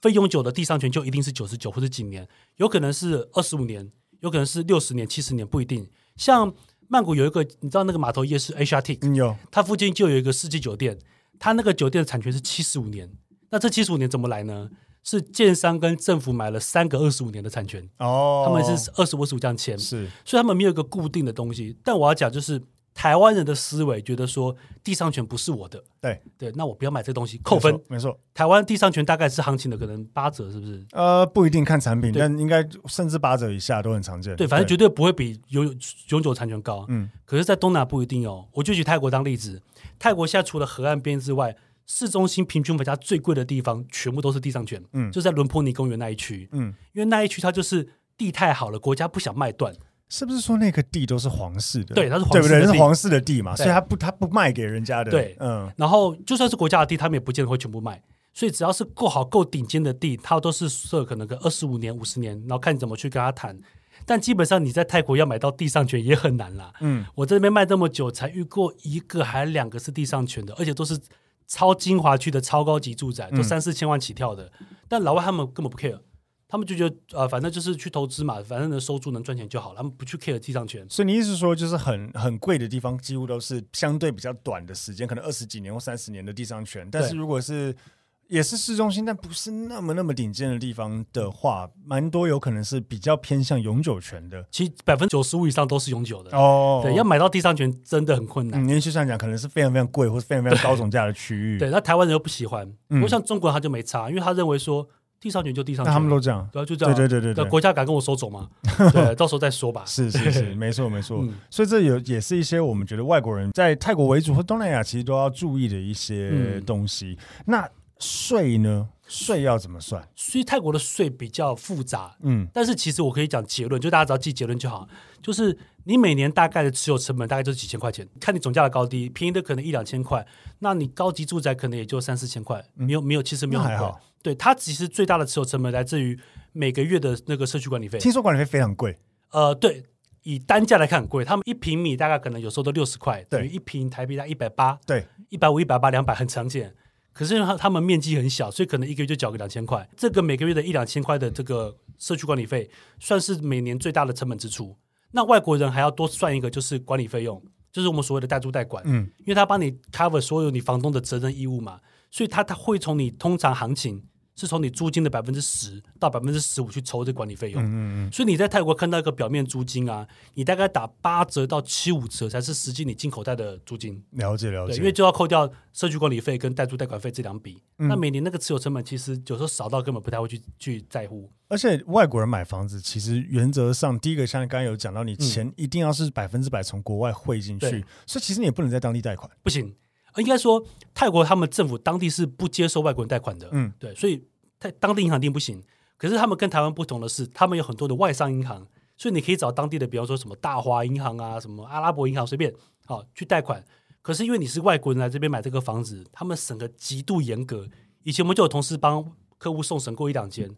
Speaker 2: 非永久的地上权就一定是九十九或者几年，有可能是二十五年，有可能是六十年、七十年，不一定。像曼谷有一个，你知道那个码头夜市 HRT，
Speaker 1: 嗯有
Speaker 2: 它附近就有一个世纪酒店，它那个酒店的产权是七十五年，那这七十五年怎么来呢？是建商跟政府买了三个二十五年的产权，
Speaker 1: 哦，
Speaker 2: 他们是二十五、二十五这样签，
Speaker 1: 是
Speaker 2: 所以他们没有一个固定的东西。但我要讲就是。台湾人的思维觉得说地上权不是我的，
Speaker 1: 对
Speaker 2: 对，那我不要买这东西，扣分。
Speaker 1: 没错，没错。
Speaker 2: 台湾地上权大概是行情的可能八折，是不是？
Speaker 1: 呃，不一定看产品，
Speaker 2: 对
Speaker 1: 但应该甚至八折以下都很常见。
Speaker 2: 对，反正绝对不会比永久永久产权高。
Speaker 1: 嗯，
Speaker 2: 可是，在东南亚不一定哦。我就举泰国当例子，泰国现在除了河岸边之外，市中心平均房价最贵的地方，全部都是地上权。
Speaker 1: 嗯
Speaker 2: 就在伦坡尼公园那一区，
Speaker 1: 嗯，
Speaker 2: 因为那一区它就是地太好了，国家不想卖断。
Speaker 1: 是不是说那个地都是皇室的？
Speaker 2: 对它是皇
Speaker 1: 对不
Speaker 2: 室
Speaker 1: 对？
Speaker 2: 的
Speaker 1: 是
Speaker 2: 地
Speaker 1: 皇室的地嘛，
Speaker 2: 对
Speaker 1: 所以他不他不卖给人家的。
Speaker 2: 对
Speaker 1: 嗯，
Speaker 2: 然后，就算是国家的地，他们也不见得会全部卖。所以，只要是够好、够顶尖的地，它都是设可能个二十五年、五十年，然后看你怎么去跟他谈。但基本上你在泰国要买到地上权也很难啦。
Speaker 1: 嗯，
Speaker 2: 我在这边卖这么久，才遇过一个还两个是地上权的，而且都是超精华区的超高级住宅，都
Speaker 1: 嗯
Speaker 2: 三四千万起跳的。但老外他们根本不 care，他们就觉得呃，反正就是去投资嘛，反正能收租能赚钱就好了，他们不去 care 地上权。
Speaker 1: 所以你意思说，就是很很贵的地方，几乎都是相对比较短的时间，可能二十几年或三十年的地上权。但是如果是也是市中心，但不是那么那么顶尖的地方的话，蛮多有可能是比较偏向永久权的
Speaker 2: 其实百分之九十五以上都是永久的。
Speaker 1: 哦。
Speaker 2: 对，要买到地上权真的很困难。
Speaker 1: 嗯，您去上讲，可能是非常非常贵或是非常非常高总价的区域。，
Speaker 2: 对，那台湾人又不喜欢，
Speaker 1: 嗯
Speaker 2: 我想中国人他就没差，因为他认为说地上权就地上
Speaker 1: 那
Speaker 2: 权，
Speaker 1: 他们都这样。
Speaker 2: 对啊，就这
Speaker 1: 对
Speaker 2: 样，
Speaker 1: 对对对
Speaker 2: 那
Speaker 1: 对，
Speaker 2: 国家敢跟我收 走吗？对，到时候再说吧。
Speaker 1: 是是是， 没错没错。
Speaker 2: 嗯
Speaker 1: 所以这有也是一些我们觉得外国人在泰国为主或东南亚其实都要注意的一些
Speaker 2: 嗯
Speaker 1: 东西。那税呢？税要怎么算？
Speaker 2: 所以泰国的税比较复杂，
Speaker 1: 嗯，
Speaker 2: 但是其实我可以讲结论，就大家只要记结论就好，就是你每年大概的持有成本大概就是几千块钱，看你总价的高低，便宜的可能一两千块，那你高级住宅可能也就三四千块，没有没有，其实没
Speaker 1: 嗯
Speaker 2: 有
Speaker 1: 那还
Speaker 2: 很贵
Speaker 1: 好。
Speaker 2: 对，它其实最大的持有成本来自于每个月的那个社区管理费。
Speaker 1: 听说管理费非常贵，
Speaker 2: 呃，对，以单价来看很贵，他们一平米大概可能有时候都六十块，
Speaker 1: 对
Speaker 2: 等于一平台币大概一百八、
Speaker 1: 对，
Speaker 2: 一百五、一百八、两百，很常见。可是因为他他们面积很小，所以可能一个月就缴个两千块。这个每个月的一两千块的这个社区管理费，算是每年最大的成本支出。那外国人还要多算一个，就是管理费用，就是我们所谓的代租代管，
Speaker 1: 嗯，
Speaker 2: 因为他帮你 cover 所有你房东的责任义务嘛，所以他他会从你通常行情是从你租金的百分之十到百分之十五去抽这管理费用。
Speaker 1: 嗯嗯
Speaker 2: 所以你在泰国看到一个表面租金啊，你大概打八折到七五折才是实际你进口袋的租金。
Speaker 1: 嗯，了解了
Speaker 2: 对，
Speaker 1: 解。
Speaker 2: 因为就要扣掉社区管理费跟代租贷款费这两笔，
Speaker 1: 嗯
Speaker 2: 那每年那个持有成本其实有时候少到根本不太会去去在乎。
Speaker 1: 而且外国人买房子，其实原则上第一个像刚刚有讲到，你钱一定要是百分之百从国外汇进去
Speaker 2: 嗯对，
Speaker 1: 所以其实你也不能在当地贷款。
Speaker 2: 不行，呃应该说泰国他们政府当地是不接受外国人贷款的，
Speaker 1: 嗯，
Speaker 2: 对，所以泰当地银行一定不行。可是他们跟台湾不同的是，他们有很多的外商银行，所以你可以找当地的，比方说什么大华银行啊，什么阿拉伯银行，随便好、去贷款。可是因为你是外国人来这边买这个房子，他们审核极度严格。以前我们就有同事帮客户送审过一两间，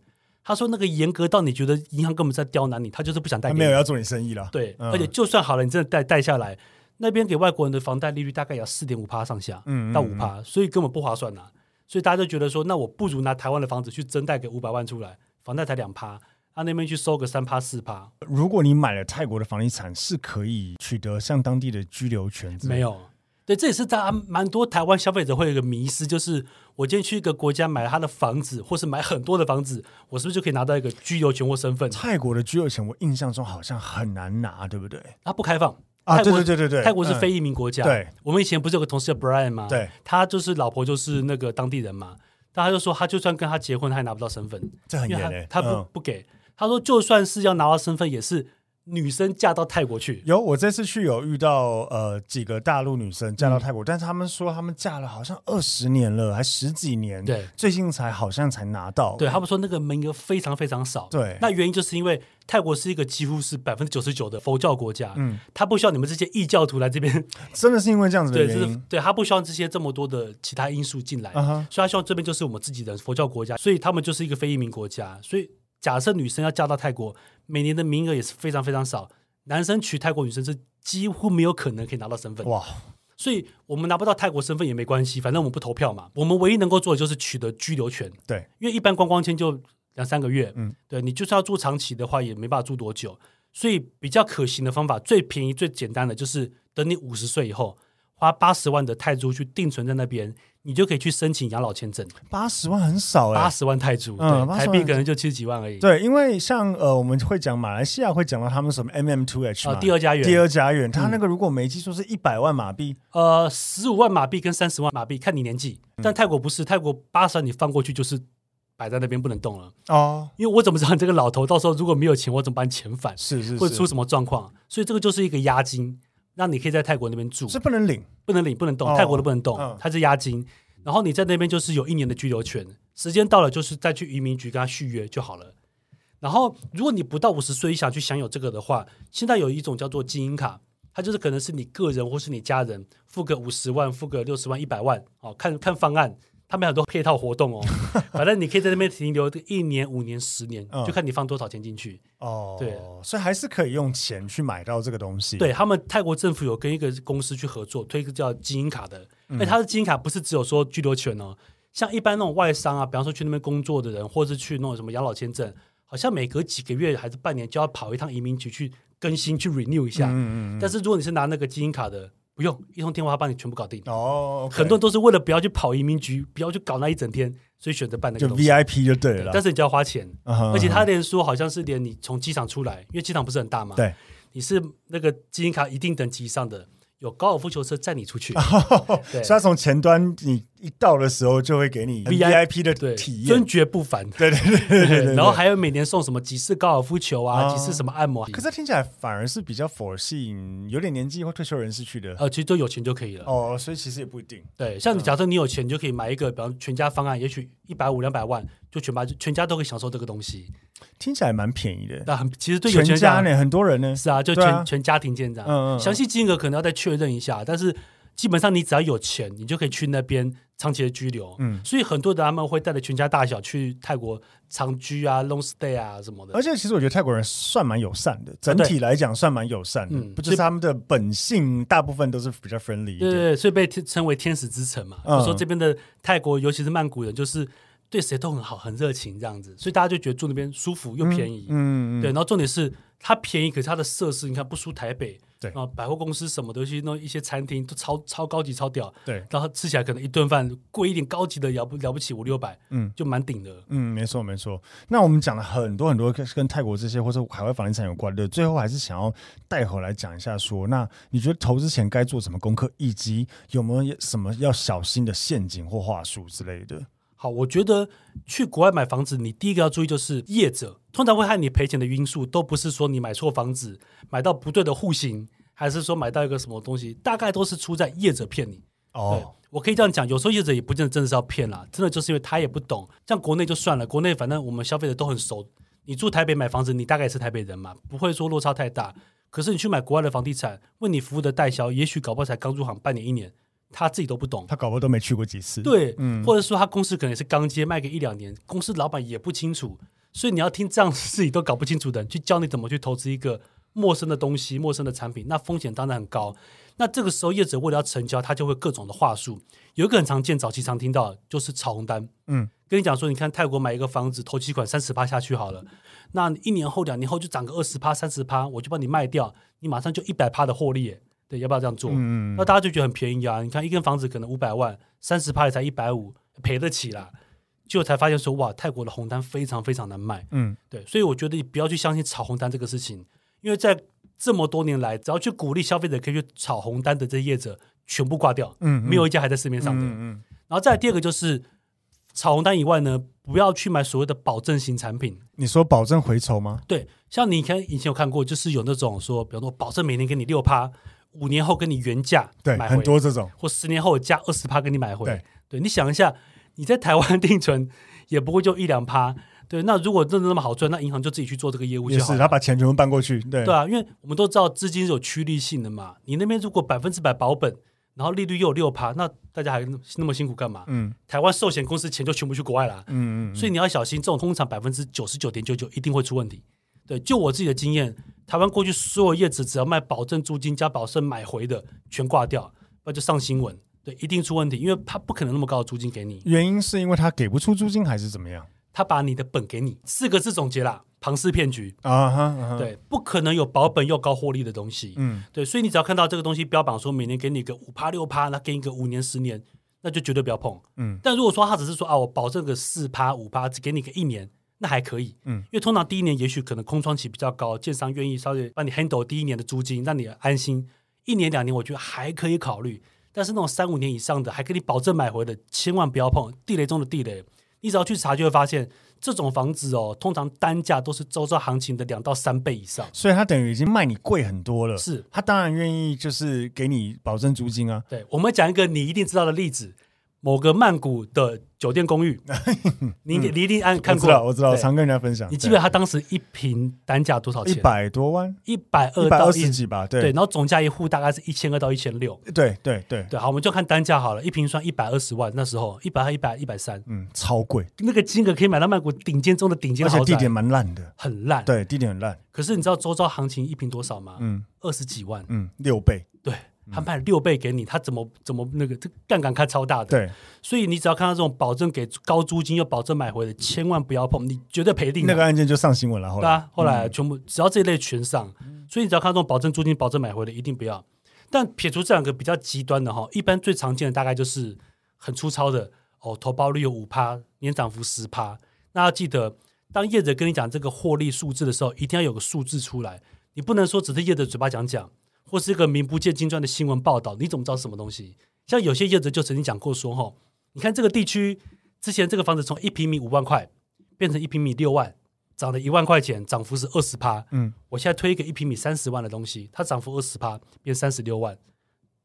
Speaker 2: 他说那个严格到你觉得银行根本在刁难你，他就是不想贷
Speaker 1: 他
Speaker 2: 给你。
Speaker 1: 啊没有要做你生意了，
Speaker 2: 哎对，
Speaker 1: 嗯
Speaker 2: 而且就算好了，你真的贷贷下来，那边给外国人的房贷利率大概要四点五趴上下，
Speaker 1: 嗯嗯
Speaker 2: 到五趴，所以根本不划算呐、所以大家就觉得说，那我不如拿台湾的房子去增贷给五百万出来，房贷才两趴，他、那边去收个三趴四趴，
Speaker 1: 如果你买了泰国的房地产，是可以取得像当地的居留权之类的。
Speaker 2: 没有。对，这也是大家蛮多台湾消费者会有一个迷失，就是我今天去一个国家买他的房子，或是买很多的房子，我是不是就可以拿到一个居留权或身份？
Speaker 1: 泰国的居留权，我印象中好像很难拿，对不对？
Speaker 2: 它不开放，
Speaker 1: 啊，
Speaker 2: 泰
Speaker 1: 对
Speaker 2: 国
Speaker 1: 对对对对，
Speaker 2: 泰国是
Speaker 1: 嗯
Speaker 2: 非移民国家。
Speaker 1: 对，
Speaker 2: 我们以前不是有个同事叫 Brian 吗？
Speaker 1: 对，
Speaker 2: 他就是老婆就是那个当地人嘛，但他就说他就算跟他结婚，他也拿不到身份，
Speaker 1: 这很
Speaker 2: 因
Speaker 1: 严
Speaker 2: 为他
Speaker 1: 嘞。
Speaker 2: 他不、
Speaker 1: 嗯
Speaker 2: 不给。他说就算是要拿到身份，也是女生嫁到泰国去。
Speaker 1: 有我这次去有遇到呃几个大陆女生嫁到泰国，但是她们说她们嫁了好像二十年了，还十几年，
Speaker 2: 对
Speaker 1: 最近才好像才拿到。
Speaker 2: 对他们说那个名额非常非常少。
Speaker 1: 对
Speaker 2: 那原因就是因为泰国是一个几乎是百分之九十九的佛教国家，
Speaker 1: 嗯，
Speaker 2: 他不需要你们这些异教徒来这边，
Speaker 1: 真的是因为这样子 的
Speaker 2: 对，
Speaker 1: 原
Speaker 2: 这是
Speaker 1: 因
Speaker 2: 对他不需要这些这么多的其他因素进来。
Speaker 1: 啊哈，
Speaker 2: 所以他希望这边就是我们自己的佛教国家，所以他们就是一个非移民国家。所以假设女生要嫁到泰国，每年的名额也是非常非常少，男生娶泰国女生是几乎没有可能可以拿到身份。
Speaker 1: 哇，
Speaker 2: 所以我们拿不到泰国身份也没关系，反正我们不投票嘛。我们唯一能够做的就是取得居留权，
Speaker 1: 对，
Speaker 2: 因为一般观光签就两三个月，
Speaker 1: 嗯
Speaker 2: 嗯，对你就算要住长期的话，也没办法住多久。所以比较可行的方法，最便宜、最简单的就是等你五十岁以后，花八十万的泰铢去定存在那边，你就可以去申请养老签证，
Speaker 1: 八十万很少哎、
Speaker 2: 八十万泰铢，
Speaker 1: 嗯
Speaker 2: 对，
Speaker 1: 80
Speaker 2: 台币
Speaker 1: 万
Speaker 2: 可能就七十几万而已。
Speaker 1: 对，因为像呃，我们会讲马来西亚会讲到他们什么 MM Two H
Speaker 2: 啊，
Speaker 1: 嘛，
Speaker 2: 第二家园，嗯
Speaker 1: 第二家园，他那个如果没记错是一百万马币，
Speaker 2: 呃，十五万马币跟三十万马币，看你年纪。
Speaker 1: 嗯
Speaker 2: 但泰国不是，泰国八十万你放过去就是摆在那边不能动了，
Speaker 1: 哦，
Speaker 2: 因为我怎么知道你这个老头到时候如果没有钱，我怎么把你遣返，
Speaker 1: 是是
Speaker 2: 或者
Speaker 1: 是
Speaker 2: 出，什么状况？所以这个就是一个押金，让你可以在泰国那边住，
Speaker 1: 是不能领
Speaker 2: 不能领，不能动，
Speaker 1: 哦
Speaker 2: 泰国都不能动
Speaker 1: 嗯，
Speaker 2: 它是押金。然后你在那边就是有一年的居留权，时间到了就是再去移民局跟他续约就好了。然后如果你不到五十岁想去享有这个的话，现在有一种叫做精英卡，它就是可能是你个人或是你家人付个五十万、付个六十万、一百万哦，看看方案。他们有很多配套活 动哦，反正你可以在那边停留一年、五年、十年，
Speaker 1: 嗯
Speaker 2: 就看你放多少钱进去。
Speaker 1: 哦，
Speaker 2: 对，
Speaker 1: 所以还是可以用钱去买到这个东西，
Speaker 2: 对他们，泰国政府有跟一个公司去合作，推一个叫基因卡的。
Speaker 1: 嗯
Speaker 2: 哎、它的基因卡不是只有说居留权哦，像一般那种外商啊，比方说去那边工作的人，或是去那种什么养老签证，好像每隔几个月还是半年就要跑一趟移民局去更新、去 renew 一下。
Speaker 1: 嗯，嗯嗯
Speaker 2: 但是如果你是拿那个基因卡的，不用一通电话帮你全部搞定。
Speaker 1: 哦，OK，
Speaker 2: 很多人都是为了不要去跑移民局，不要去搞那一整天，所以选择办那个
Speaker 1: 就
Speaker 2: 东西。
Speaker 1: VIP 就对了，嗯
Speaker 2: 但是你就要花钱，
Speaker 1: 而
Speaker 2: 而且他连说好像是连你从机场出来，因为机场不是很大嘛，
Speaker 1: 对，
Speaker 2: 你是那个基因卡一定等级以上的，有高尔夫球车载你 出去，
Speaker 1: 所
Speaker 2: 对
Speaker 1: 以他从前端你一到的时候就会给你
Speaker 2: VIP
Speaker 1: VIP 的
Speaker 2: 对，
Speaker 1: 体
Speaker 2: 尊
Speaker 1: 验，
Speaker 2: 爵不凡。
Speaker 1: 对对对对对对，
Speaker 2: 然后还有每年送什么几次高尔夫球啊，
Speaker 1: 啊
Speaker 2: 几次什么按摩，
Speaker 1: 可是听起来反而是比较 for 吸引有点年纪或退休人士去的
Speaker 2: 呃，其实都有钱就可以了。
Speaker 1: 哦，嗯所以其实也不一定
Speaker 2: 对，像你假设你有钱，你就可以买一个，比方全家方案，也许一百五两百万，就全把全家都可以享受这个东西。
Speaker 1: 听起来蛮便宜的，
Speaker 2: 那很其实对有
Speaker 1: 全
Speaker 2: 钱人
Speaker 1: 家
Speaker 2: 讲
Speaker 1: 呢很多人呢，
Speaker 2: 是啊，就
Speaker 1: 对
Speaker 2: 全、
Speaker 1: 啊
Speaker 2: 全家庭见这样。
Speaker 1: 嗯嗯嗯
Speaker 2: 详细金额可能要再确认一下，但是基本上你只要有钱，你就可以去那边长期的居留。
Speaker 1: 嗯
Speaker 2: 所以很多人他们会带着全家大小去泰国长居啊、long stay 啊什么的。
Speaker 1: 而且其实我觉得泰国人算蛮友善的，整
Speaker 2: 啊对
Speaker 1: 体来讲算蛮友善的
Speaker 2: 嗯，
Speaker 1: 不就是他们的本性大部分都是比较 friendly 一
Speaker 2: 对对
Speaker 1: 点，
Speaker 2: 对，所以被天称为天使之城嘛。
Speaker 1: 嗯
Speaker 2: 就说这边的泰国，尤其是曼谷人，就是对谁都很好、很热情这样子，所以大家就觉得住那边舒服又便宜。
Speaker 1: 嗯，嗯
Speaker 2: 对，然后重点是它便宜，可是它的设施你看不输台北。
Speaker 1: 对
Speaker 2: 啊，百货公司什么东西，那一些餐厅都超超高级、超屌。
Speaker 1: 对，
Speaker 2: 然后吃起来可能一顿饭贵一点，高级的了不了不起五六百，
Speaker 1: 嗯
Speaker 2: 就蛮顶的。
Speaker 1: 嗯，没错没错。那我们讲了很多很多跟跟泰国这些或者海外房地产有关的，最后还是想要带回来讲一下说，那你觉得投资前该做什么功课，以及有没有什么要小心的陷阱或话术之类的？
Speaker 2: 好，我觉得去国外买房子，你第一个要注意就是业者，通常会害你赔钱的因素，都不是说你买错房子，买到不对的户型，还是说买到一个什么东西，大概都是出在业者骗你。对
Speaker 1: 哦，，
Speaker 2: 我可以这样讲，有时候业者也不见得真的是要骗啦，真的就是因为他也不懂。像国内就算了，国内反正我们消费者都很熟，你住台北买房子，你大概也是台北人嘛，不会说落差太大。可是你去买国外的房地产，为你服务的代销，也许搞不好才刚入行半年一年，他自己都不懂。
Speaker 1: 他搞不好都没去过几次。，
Speaker 2: 对，或者说他公司可能也是刚接卖个一两年，公司老板也不清楚，所以你要听这样自己都搞不清楚的人去教你怎么去投资一个陌生的东西、陌生的产品，那风险当然很高。那这个时候业者为了要成交，他就会各种的话术，有一个很常见，早期常听到的就是炒红单，
Speaker 1: 嗯。
Speaker 2: 跟你讲说，你看泰国买一个房子，投期款三十趴下去好了，那一年后、两年后就涨个二十趴、三十趴，我就帮你卖掉，你马上就一百趴的获利耶，对，要不要这样做？
Speaker 1: 嗯，
Speaker 2: 那大家就觉得很便宜啊！你看一间房子可能五百万，三十趴也才一百五，赔得起啦。结果才发现说，哇，泰国的红单非常非常难卖。
Speaker 1: 嗯，
Speaker 2: 对，所以我觉得你不要去相信炒红单这个事情，因为在这么多年来，只要去鼓励消费者可以去炒红单的这些业者，全部挂掉，
Speaker 1: 嗯，
Speaker 2: 没有一家还在市面上的。
Speaker 1: 嗯嗯
Speaker 2: 然后再来第二个就是炒红单以外呢，不要去买所谓的保证型产品。
Speaker 1: 你说保证回酬吗？
Speaker 2: 对，像你看以前有看过，就是有那种说，比方说保证每年给你六趴，五年后跟你原价
Speaker 1: 对，
Speaker 2: 买回
Speaker 1: 很多这种。
Speaker 2: 或十年后我加二十趴给你买回。
Speaker 1: 对
Speaker 2: 你想一下，你在台湾 定存也不会就一两趴。对，那如果真的那么好赚，那银行就自己去做这个业务
Speaker 1: 也，
Speaker 2: 就是好
Speaker 1: 他
Speaker 2: 了。
Speaker 1: 把钱全部搬过去，对
Speaker 2: 对啊，因为我们都知道资金是有趋利性的嘛。你那边如果百分之百保本，然后利率又有六趴，那大家还那么辛苦干嘛？
Speaker 1: 嗯
Speaker 2: 台湾寿险公司钱就全部去国外啦。
Speaker 1: 嗯嗯，
Speaker 2: 所以你要小心，这种通常百分之九十九点九九一定会出问题。对，就我自己的经验，台湾过去所有业者只要卖保证租金加保证买回的，全挂掉，那就上新闻。对，一定出问题，因为他不可能那么高的租金给你，
Speaker 1: 原因是因为他给不出租金还是怎么样？
Speaker 2: 他把你的本给你，四个字总结啦，庞氏骗局，
Speaker 1: 啊哈啊哈，，
Speaker 2: 对，不可能有保本又高获利的东西。
Speaker 1: 嗯，
Speaker 2: 对，所以你只要看到这个东西标榜说每年给你个五趴六趴，那给你个五年十年，那就绝对不要碰。
Speaker 1: 嗯，
Speaker 2: 但如果说他只是说啊，我保证个四趴五趴，只给你个一年，那还可以。
Speaker 1: 嗯，
Speaker 2: 因为通常第一年也许可能空窗期比较高，建商愿意稍微帮你 handle 第一年的租金，让你安心。一年两年我觉得还可以考虑，但是那种三五年以上的，还给你保证买回的，千万不要碰。地雷中的地雷，你只要去查就会发现，这种房子哦，通常单价都是周遭行情的两到三倍以上。
Speaker 1: 所以他等于已经卖你贵很多了，
Speaker 2: 是，
Speaker 1: 他当然愿意就是给你保证租金啊，
Speaker 2: 对，我们讲一个你一定知道的例子，某个曼谷的酒店公 寓，你你一定按看
Speaker 1: 嗯我知
Speaker 2: 过，
Speaker 1: 道，我知道，我
Speaker 2: 对
Speaker 1: 常跟人家分享，
Speaker 2: 你记不记得他当时一平单价多少
Speaker 1: 啊一
Speaker 2: 钱？
Speaker 1: 百多万，
Speaker 2: 一百
Speaker 1: 一
Speaker 2: 二
Speaker 1: 百
Speaker 2: 到
Speaker 1: 二
Speaker 2: 一
Speaker 1: 十几吧，
Speaker 2: 对，
Speaker 1: 对
Speaker 2: 然，后总价一户大概是一千二到一千六。
Speaker 1: 对，对，对，
Speaker 2: 对，好，我们就看单价好了，一平算一百二十万，那时候一百二、一百一百三，
Speaker 1: 嗯，超贵，
Speaker 2: 那个金额可以买到曼谷顶尖中的顶尖
Speaker 1: 而且
Speaker 2: 豪
Speaker 1: 地
Speaker 2: 宅，
Speaker 1: 点蛮烂的，
Speaker 2: 很烂。，
Speaker 1: 对，地点很烂，
Speaker 2: 可是你知道周遭行情一平多少吗？
Speaker 1: 嗯
Speaker 2: 二十几万，
Speaker 1: 嗯，六倍，
Speaker 2: 对，他卖六倍给你，他怎么怎么那个这杠杆开超大的，
Speaker 1: 对，
Speaker 2: 所以你只要看到这种保证给高租金又保证买回的，千万不要碰，你绝对赔定的。
Speaker 1: 那个案件就上新闻了，后
Speaker 2: 对
Speaker 1: 来，嗯
Speaker 2: 啊，后来全部、只要这一类全上，所以你只要看到这种保证租金、保证买回的，一定不要。但撇除这两个比较极端的哈，一般最常见的大概就是很粗糙的哦，投报率有五趴，年涨幅十趴。那要记得，当业者跟你讲这个获利数字的时候，一定要有个数字出来，你不能说只是业者嘴巴讲讲，或是一个名不见经传的新闻报道，你怎么知道是什么东西？像有些业者就曾经讲过说哈，你看这个地区之前这个房子从一平米五万块变成一平米六万，涨了一万块钱，涨幅是二十趴。
Speaker 1: 嗯，
Speaker 2: 我现在推一个一平米三十万的东西，它涨幅二十趴，变三十六万，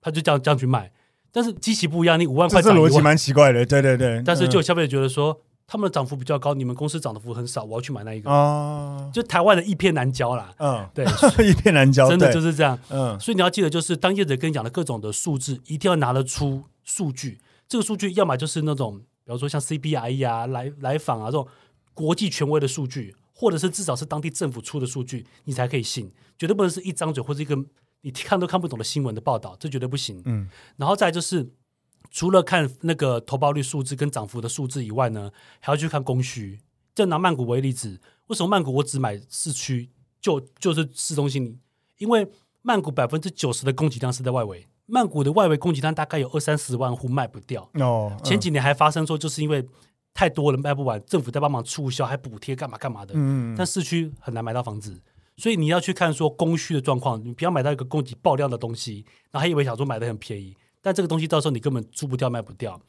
Speaker 2: 他就这样这样去卖。但是机器不一样，你五万
Speaker 1: 这
Speaker 2: 块
Speaker 1: 这
Speaker 2: 涨
Speaker 1: 逻
Speaker 2: 一
Speaker 1: 辑
Speaker 2: 万，
Speaker 1: 蛮奇怪的，对对对，
Speaker 2: 但是
Speaker 1: 嗯
Speaker 2: 就有消费者觉得说，他们的涨幅比较高，你们公司涨的幅很少，我要去买那一个。
Speaker 1: 啊，
Speaker 2: 就台湾的一片难交啦，
Speaker 1: 嗯，
Speaker 2: 对，
Speaker 1: 一片难交，
Speaker 2: 真的
Speaker 1: 对
Speaker 2: 就是这样。
Speaker 1: 嗯
Speaker 2: 所以你要记得，就是当业者跟你讲的各种的数字，一定要拿得出数据。这个数据要么就是那种，比方说像 CBRE 啊、来来访啊这种国际权威的数据，或者是至少是当地政府出的数据，你才可以信。绝对不能是一张嘴或者一个你看都看不懂的新闻的报道，这绝对不行。
Speaker 1: 嗯，
Speaker 2: 然后再来就是，除了看那个投报率数字跟涨幅的数字以外呢，还要去看供需。就拿曼谷为例子，为什么曼谷我只买市区，就就是市中心里？因为曼谷百分之九十的供给量是在外围，曼谷的外围供给量大概有二三十万户卖不掉。
Speaker 1: 哦，嗯
Speaker 2: 前几年还发生说，就是因为太多了卖不完，政府在帮忙促销，还补贴干嘛干嘛的。
Speaker 1: 嗯，
Speaker 2: 但市区很难买到房子，所以你要去看说供需的状况，你不要买到一个供给爆量的东西，然后还以为想说买的很便宜，但这个东西到时候你根本租不掉、卖不掉，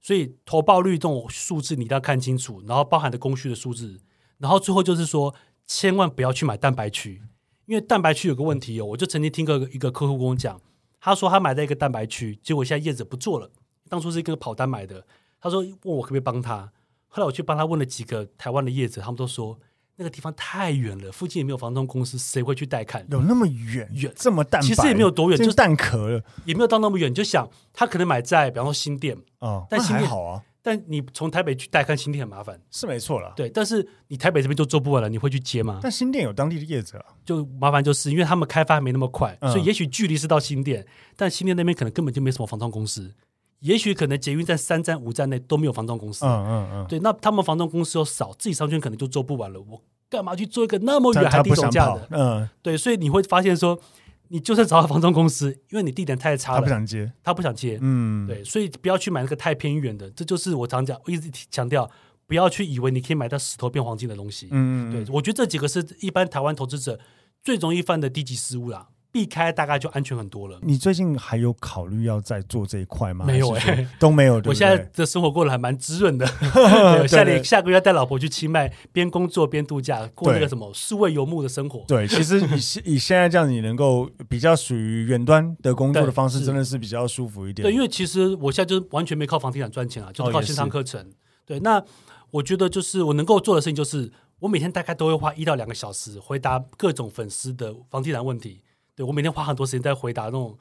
Speaker 2: 所以投报率这种数字你一定要看清楚，然后包含的供需的数字，然后最后就是说，千万不要去买蛋白区，因为蛋白区有个问题哦，我就曾经听过一个客户跟我讲，他说他买在一个蛋白区，结果现在业者不做了，当初是一个跑单买的，他说问我可不可以帮他，后来我去帮他问了几个台湾的业者，他们都说那个地方太远了，附近也没有房东公司，谁会去代看？
Speaker 1: 有那么远，
Speaker 2: 远
Speaker 1: 这么蛋白，
Speaker 2: 其实也没有多远
Speaker 1: 这
Speaker 2: 就是是
Speaker 1: 蛋壳了
Speaker 2: 也没有到那么远，你就想他可能买在比方说新店，
Speaker 1: 哦，
Speaker 2: 但
Speaker 1: 那
Speaker 2: 新
Speaker 1: 还
Speaker 2: 店
Speaker 1: 好啊，
Speaker 2: 但你从台北去代看新店很麻烦，
Speaker 1: 是没错啦。
Speaker 2: 对，但是你台北这边就做不完了，你会去接吗？
Speaker 1: 但新店有当地的业者啊，
Speaker 2: 就麻烦就是因为他们开发还没那么快，
Speaker 1: 嗯
Speaker 2: 所以也许距离是到新店，但新店那边可能根本就没什么房东公司，也许可能捷运站三站五站内都没有房东公司，
Speaker 1: 嗯嗯嗯，
Speaker 2: 对，那他们房东公司又少，自己商圈可能就做不完了，我干嘛去做一个那么
Speaker 1: 他
Speaker 2: 远还
Speaker 1: 他
Speaker 2: 低
Speaker 1: 不
Speaker 2: 总
Speaker 1: 想
Speaker 2: 价
Speaker 1: 跑
Speaker 2: 的，？
Speaker 1: 嗯，
Speaker 2: 对，所以你会发现说，你就算找到房东公司，因为你地点太差
Speaker 1: 他
Speaker 2: 了，
Speaker 1: 不想接，
Speaker 2: 他不想接，
Speaker 1: 嗯，，
Speaker 2: 对，所以不要去买那个太偏远的，这就是我常讲，我一直提强调，不要去以为你可以买到石头变黄金的东西。
Speaker 1: 嗯，
Speaker 2: 对，我觉得这几个是一般台湾投资者最容易犯的低级失误啦，避开大概就安全很多了。
Speaker 1: 你最近还有考虑要再做这一块吗？
Speaker 2: 没有
Speaker 1: 还是说
Speaker 2: 欸
Speaker 1: 都没有。对
Speaker 2: 我
Speaker 1: 不
Speaker 2: 现在
Speaker 1: 对
Speaker 2: 的生活过得还蛮滋 润的，对我下
Speaker 1: 对
Speaker 2: 年下个月要带老婆去清迈，边工作边度假，过那
Speaker 1: 对
Speaker 2: 个什么数位游牧的生活。
Speaker 1: 对，其实以现以现在这样，你能够比较属于远端的工作的
Speaker 2: 对
Speaker 1: 方式，
Speaker 2: 是
Speaker 1: 真的是比较舒服一点。
Speaker 2: 对，因为其实我现在就是完全没靠房地产赚钱啊，就是
Speaker 1: 哦
Speaker 2: 靠
Speaker 1: 也
Speaker 2: 线上
Speaker 1: 是
Speaker 2: 课程。对，那我觉得就是我能够做的事情，就是我每天大概都会花一到两个小时回答各种粉丝的房地产问题。对我每天花很多时间在回答那种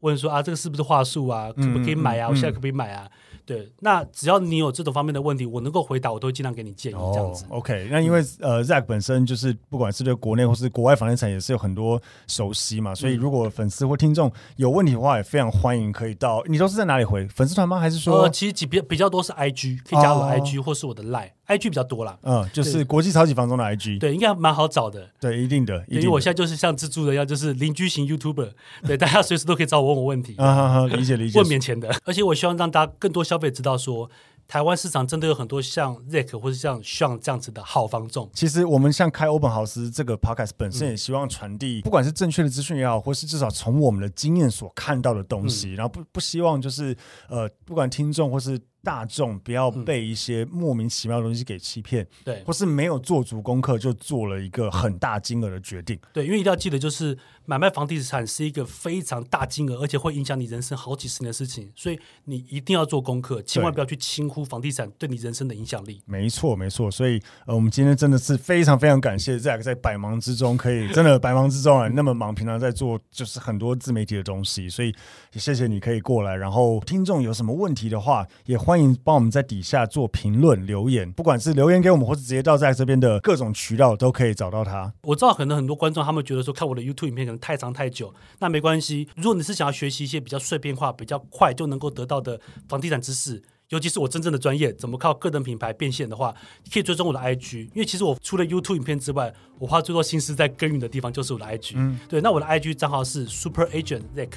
Speaker 2: 问说啊，这个是不是话术啊？可不可以买啊？
Speaker 1: 嗯嗯嗯
Speaker 2: 我现在可不可以买啊？对，那只要你有这种方面的问题，我能够回答，我都会尽量给你建
Speaker 1: 哦
Speaker 2: 议这样子。嗯
Speaker 1: o k 那因为呃，Zack 本身就是不管是对国内或是国外房地产也是有很多熟悉嘛，
Speaker 2: 嗯
Speaker 1: 所以如果粉丝或听众有问题的话，也非常欢迎可以到你都是在哪里回粉丝团吗？还是说
Speaker 2: 呃，其实几比比较多是 IG，可以加我
Speaker 1: 哦
Speaker 2: IG 或是我的 Line，IG 比较多啦。
Speaker 1: 嗯，就是
Speaker 2: 呃对
Speaker 1: 国际超级房中的 IG，
Speaker 2: 对，应该蛮好找的。
Speaker 1: 对，一定的，一定
Speaker 2: 因为
Speaker 1: 的。
Speaker 2: 我现在就是像蜘蛛人一样，就是邻居型 YouTuber，对，大家随时都可以找我问我问题，
Speaker 1: 啊哈哈，理解理解
Speaker 2: 问。免钱的。而且我希望让大家更多消费者知道说，台湾市场真的有很多像 Zack 或者像 Sean 这样子的好房仲。
Speaker 1: 其实我们像开欧本豪斯这个 podcast 本身也希望传递，不管是正确的资讯也好，或是至少从我们的经验所看到的东西，然后不不希望就是呃，不管听众或是大众不要被一些莫名其妙的东西给欺骗，
Speaker 2: 对
Speaker 1: 或是没有做足功课就做了一个很大金额的决定。
Speaker 2: 对，因为一定要记得，就是买卖房地产是一个非常大金额，而且会影响你人生好几十年的事情，所以你一定要做功课，千万不要去轻忽房地产对你人生的影响力。
Speaker 1: 没错，没错。所以，呃，我们今天真的是非常非常感谢 Zack 在百忙之中可以真的百忙之中啊，那么忙，平常在做就是很多自媒体的东西，所以也谢谢你可以过来。然后，听众有什么问题的话，也欢迎帮我们在底下做评论留言，不管是留言给我们，或是直接到 Zack 这边的各种渠道都可以找到他。
Speaker 2: 我知道可能很多观众他们觉得说看我的 YouTube 影片可能太长太久，那没关系。如果你是想要学习一些比较碎片化、比较快就能够得到的房地产知识，尤其是我真正的专业怎么靠个人品牌变现的话，可以追踪我的 IG，因为其实我除了 YouTube 影片之外，我花最多心思在耕耘的地方就是我的 IG。对，那我的 IG 账号是 Super Agent Zack，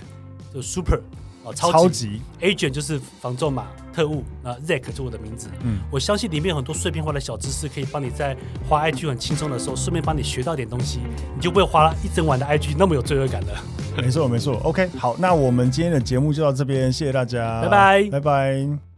Speaker 2: 就 Super 哦，超级
Speaker 1: 超级
Speaker 2: Agent 就是防重嘛，特务啊、呃、，Zack 就是我的名字。
Speaker 1: 嗯
Speaker 2: 嗯，我相信里面有很多碎片化的小知识，可以帮你在花 IG 很轻松的时候，顺便帮你学到点东西，你就不会花一整晚的 IG 那么有罪恶感了。
Speaker 1: 没错，没错。OK，好，那我们今天的节目就到这边，谢谢大家，
Speaker 2: 拜拜
Speaker 1: 拜拜。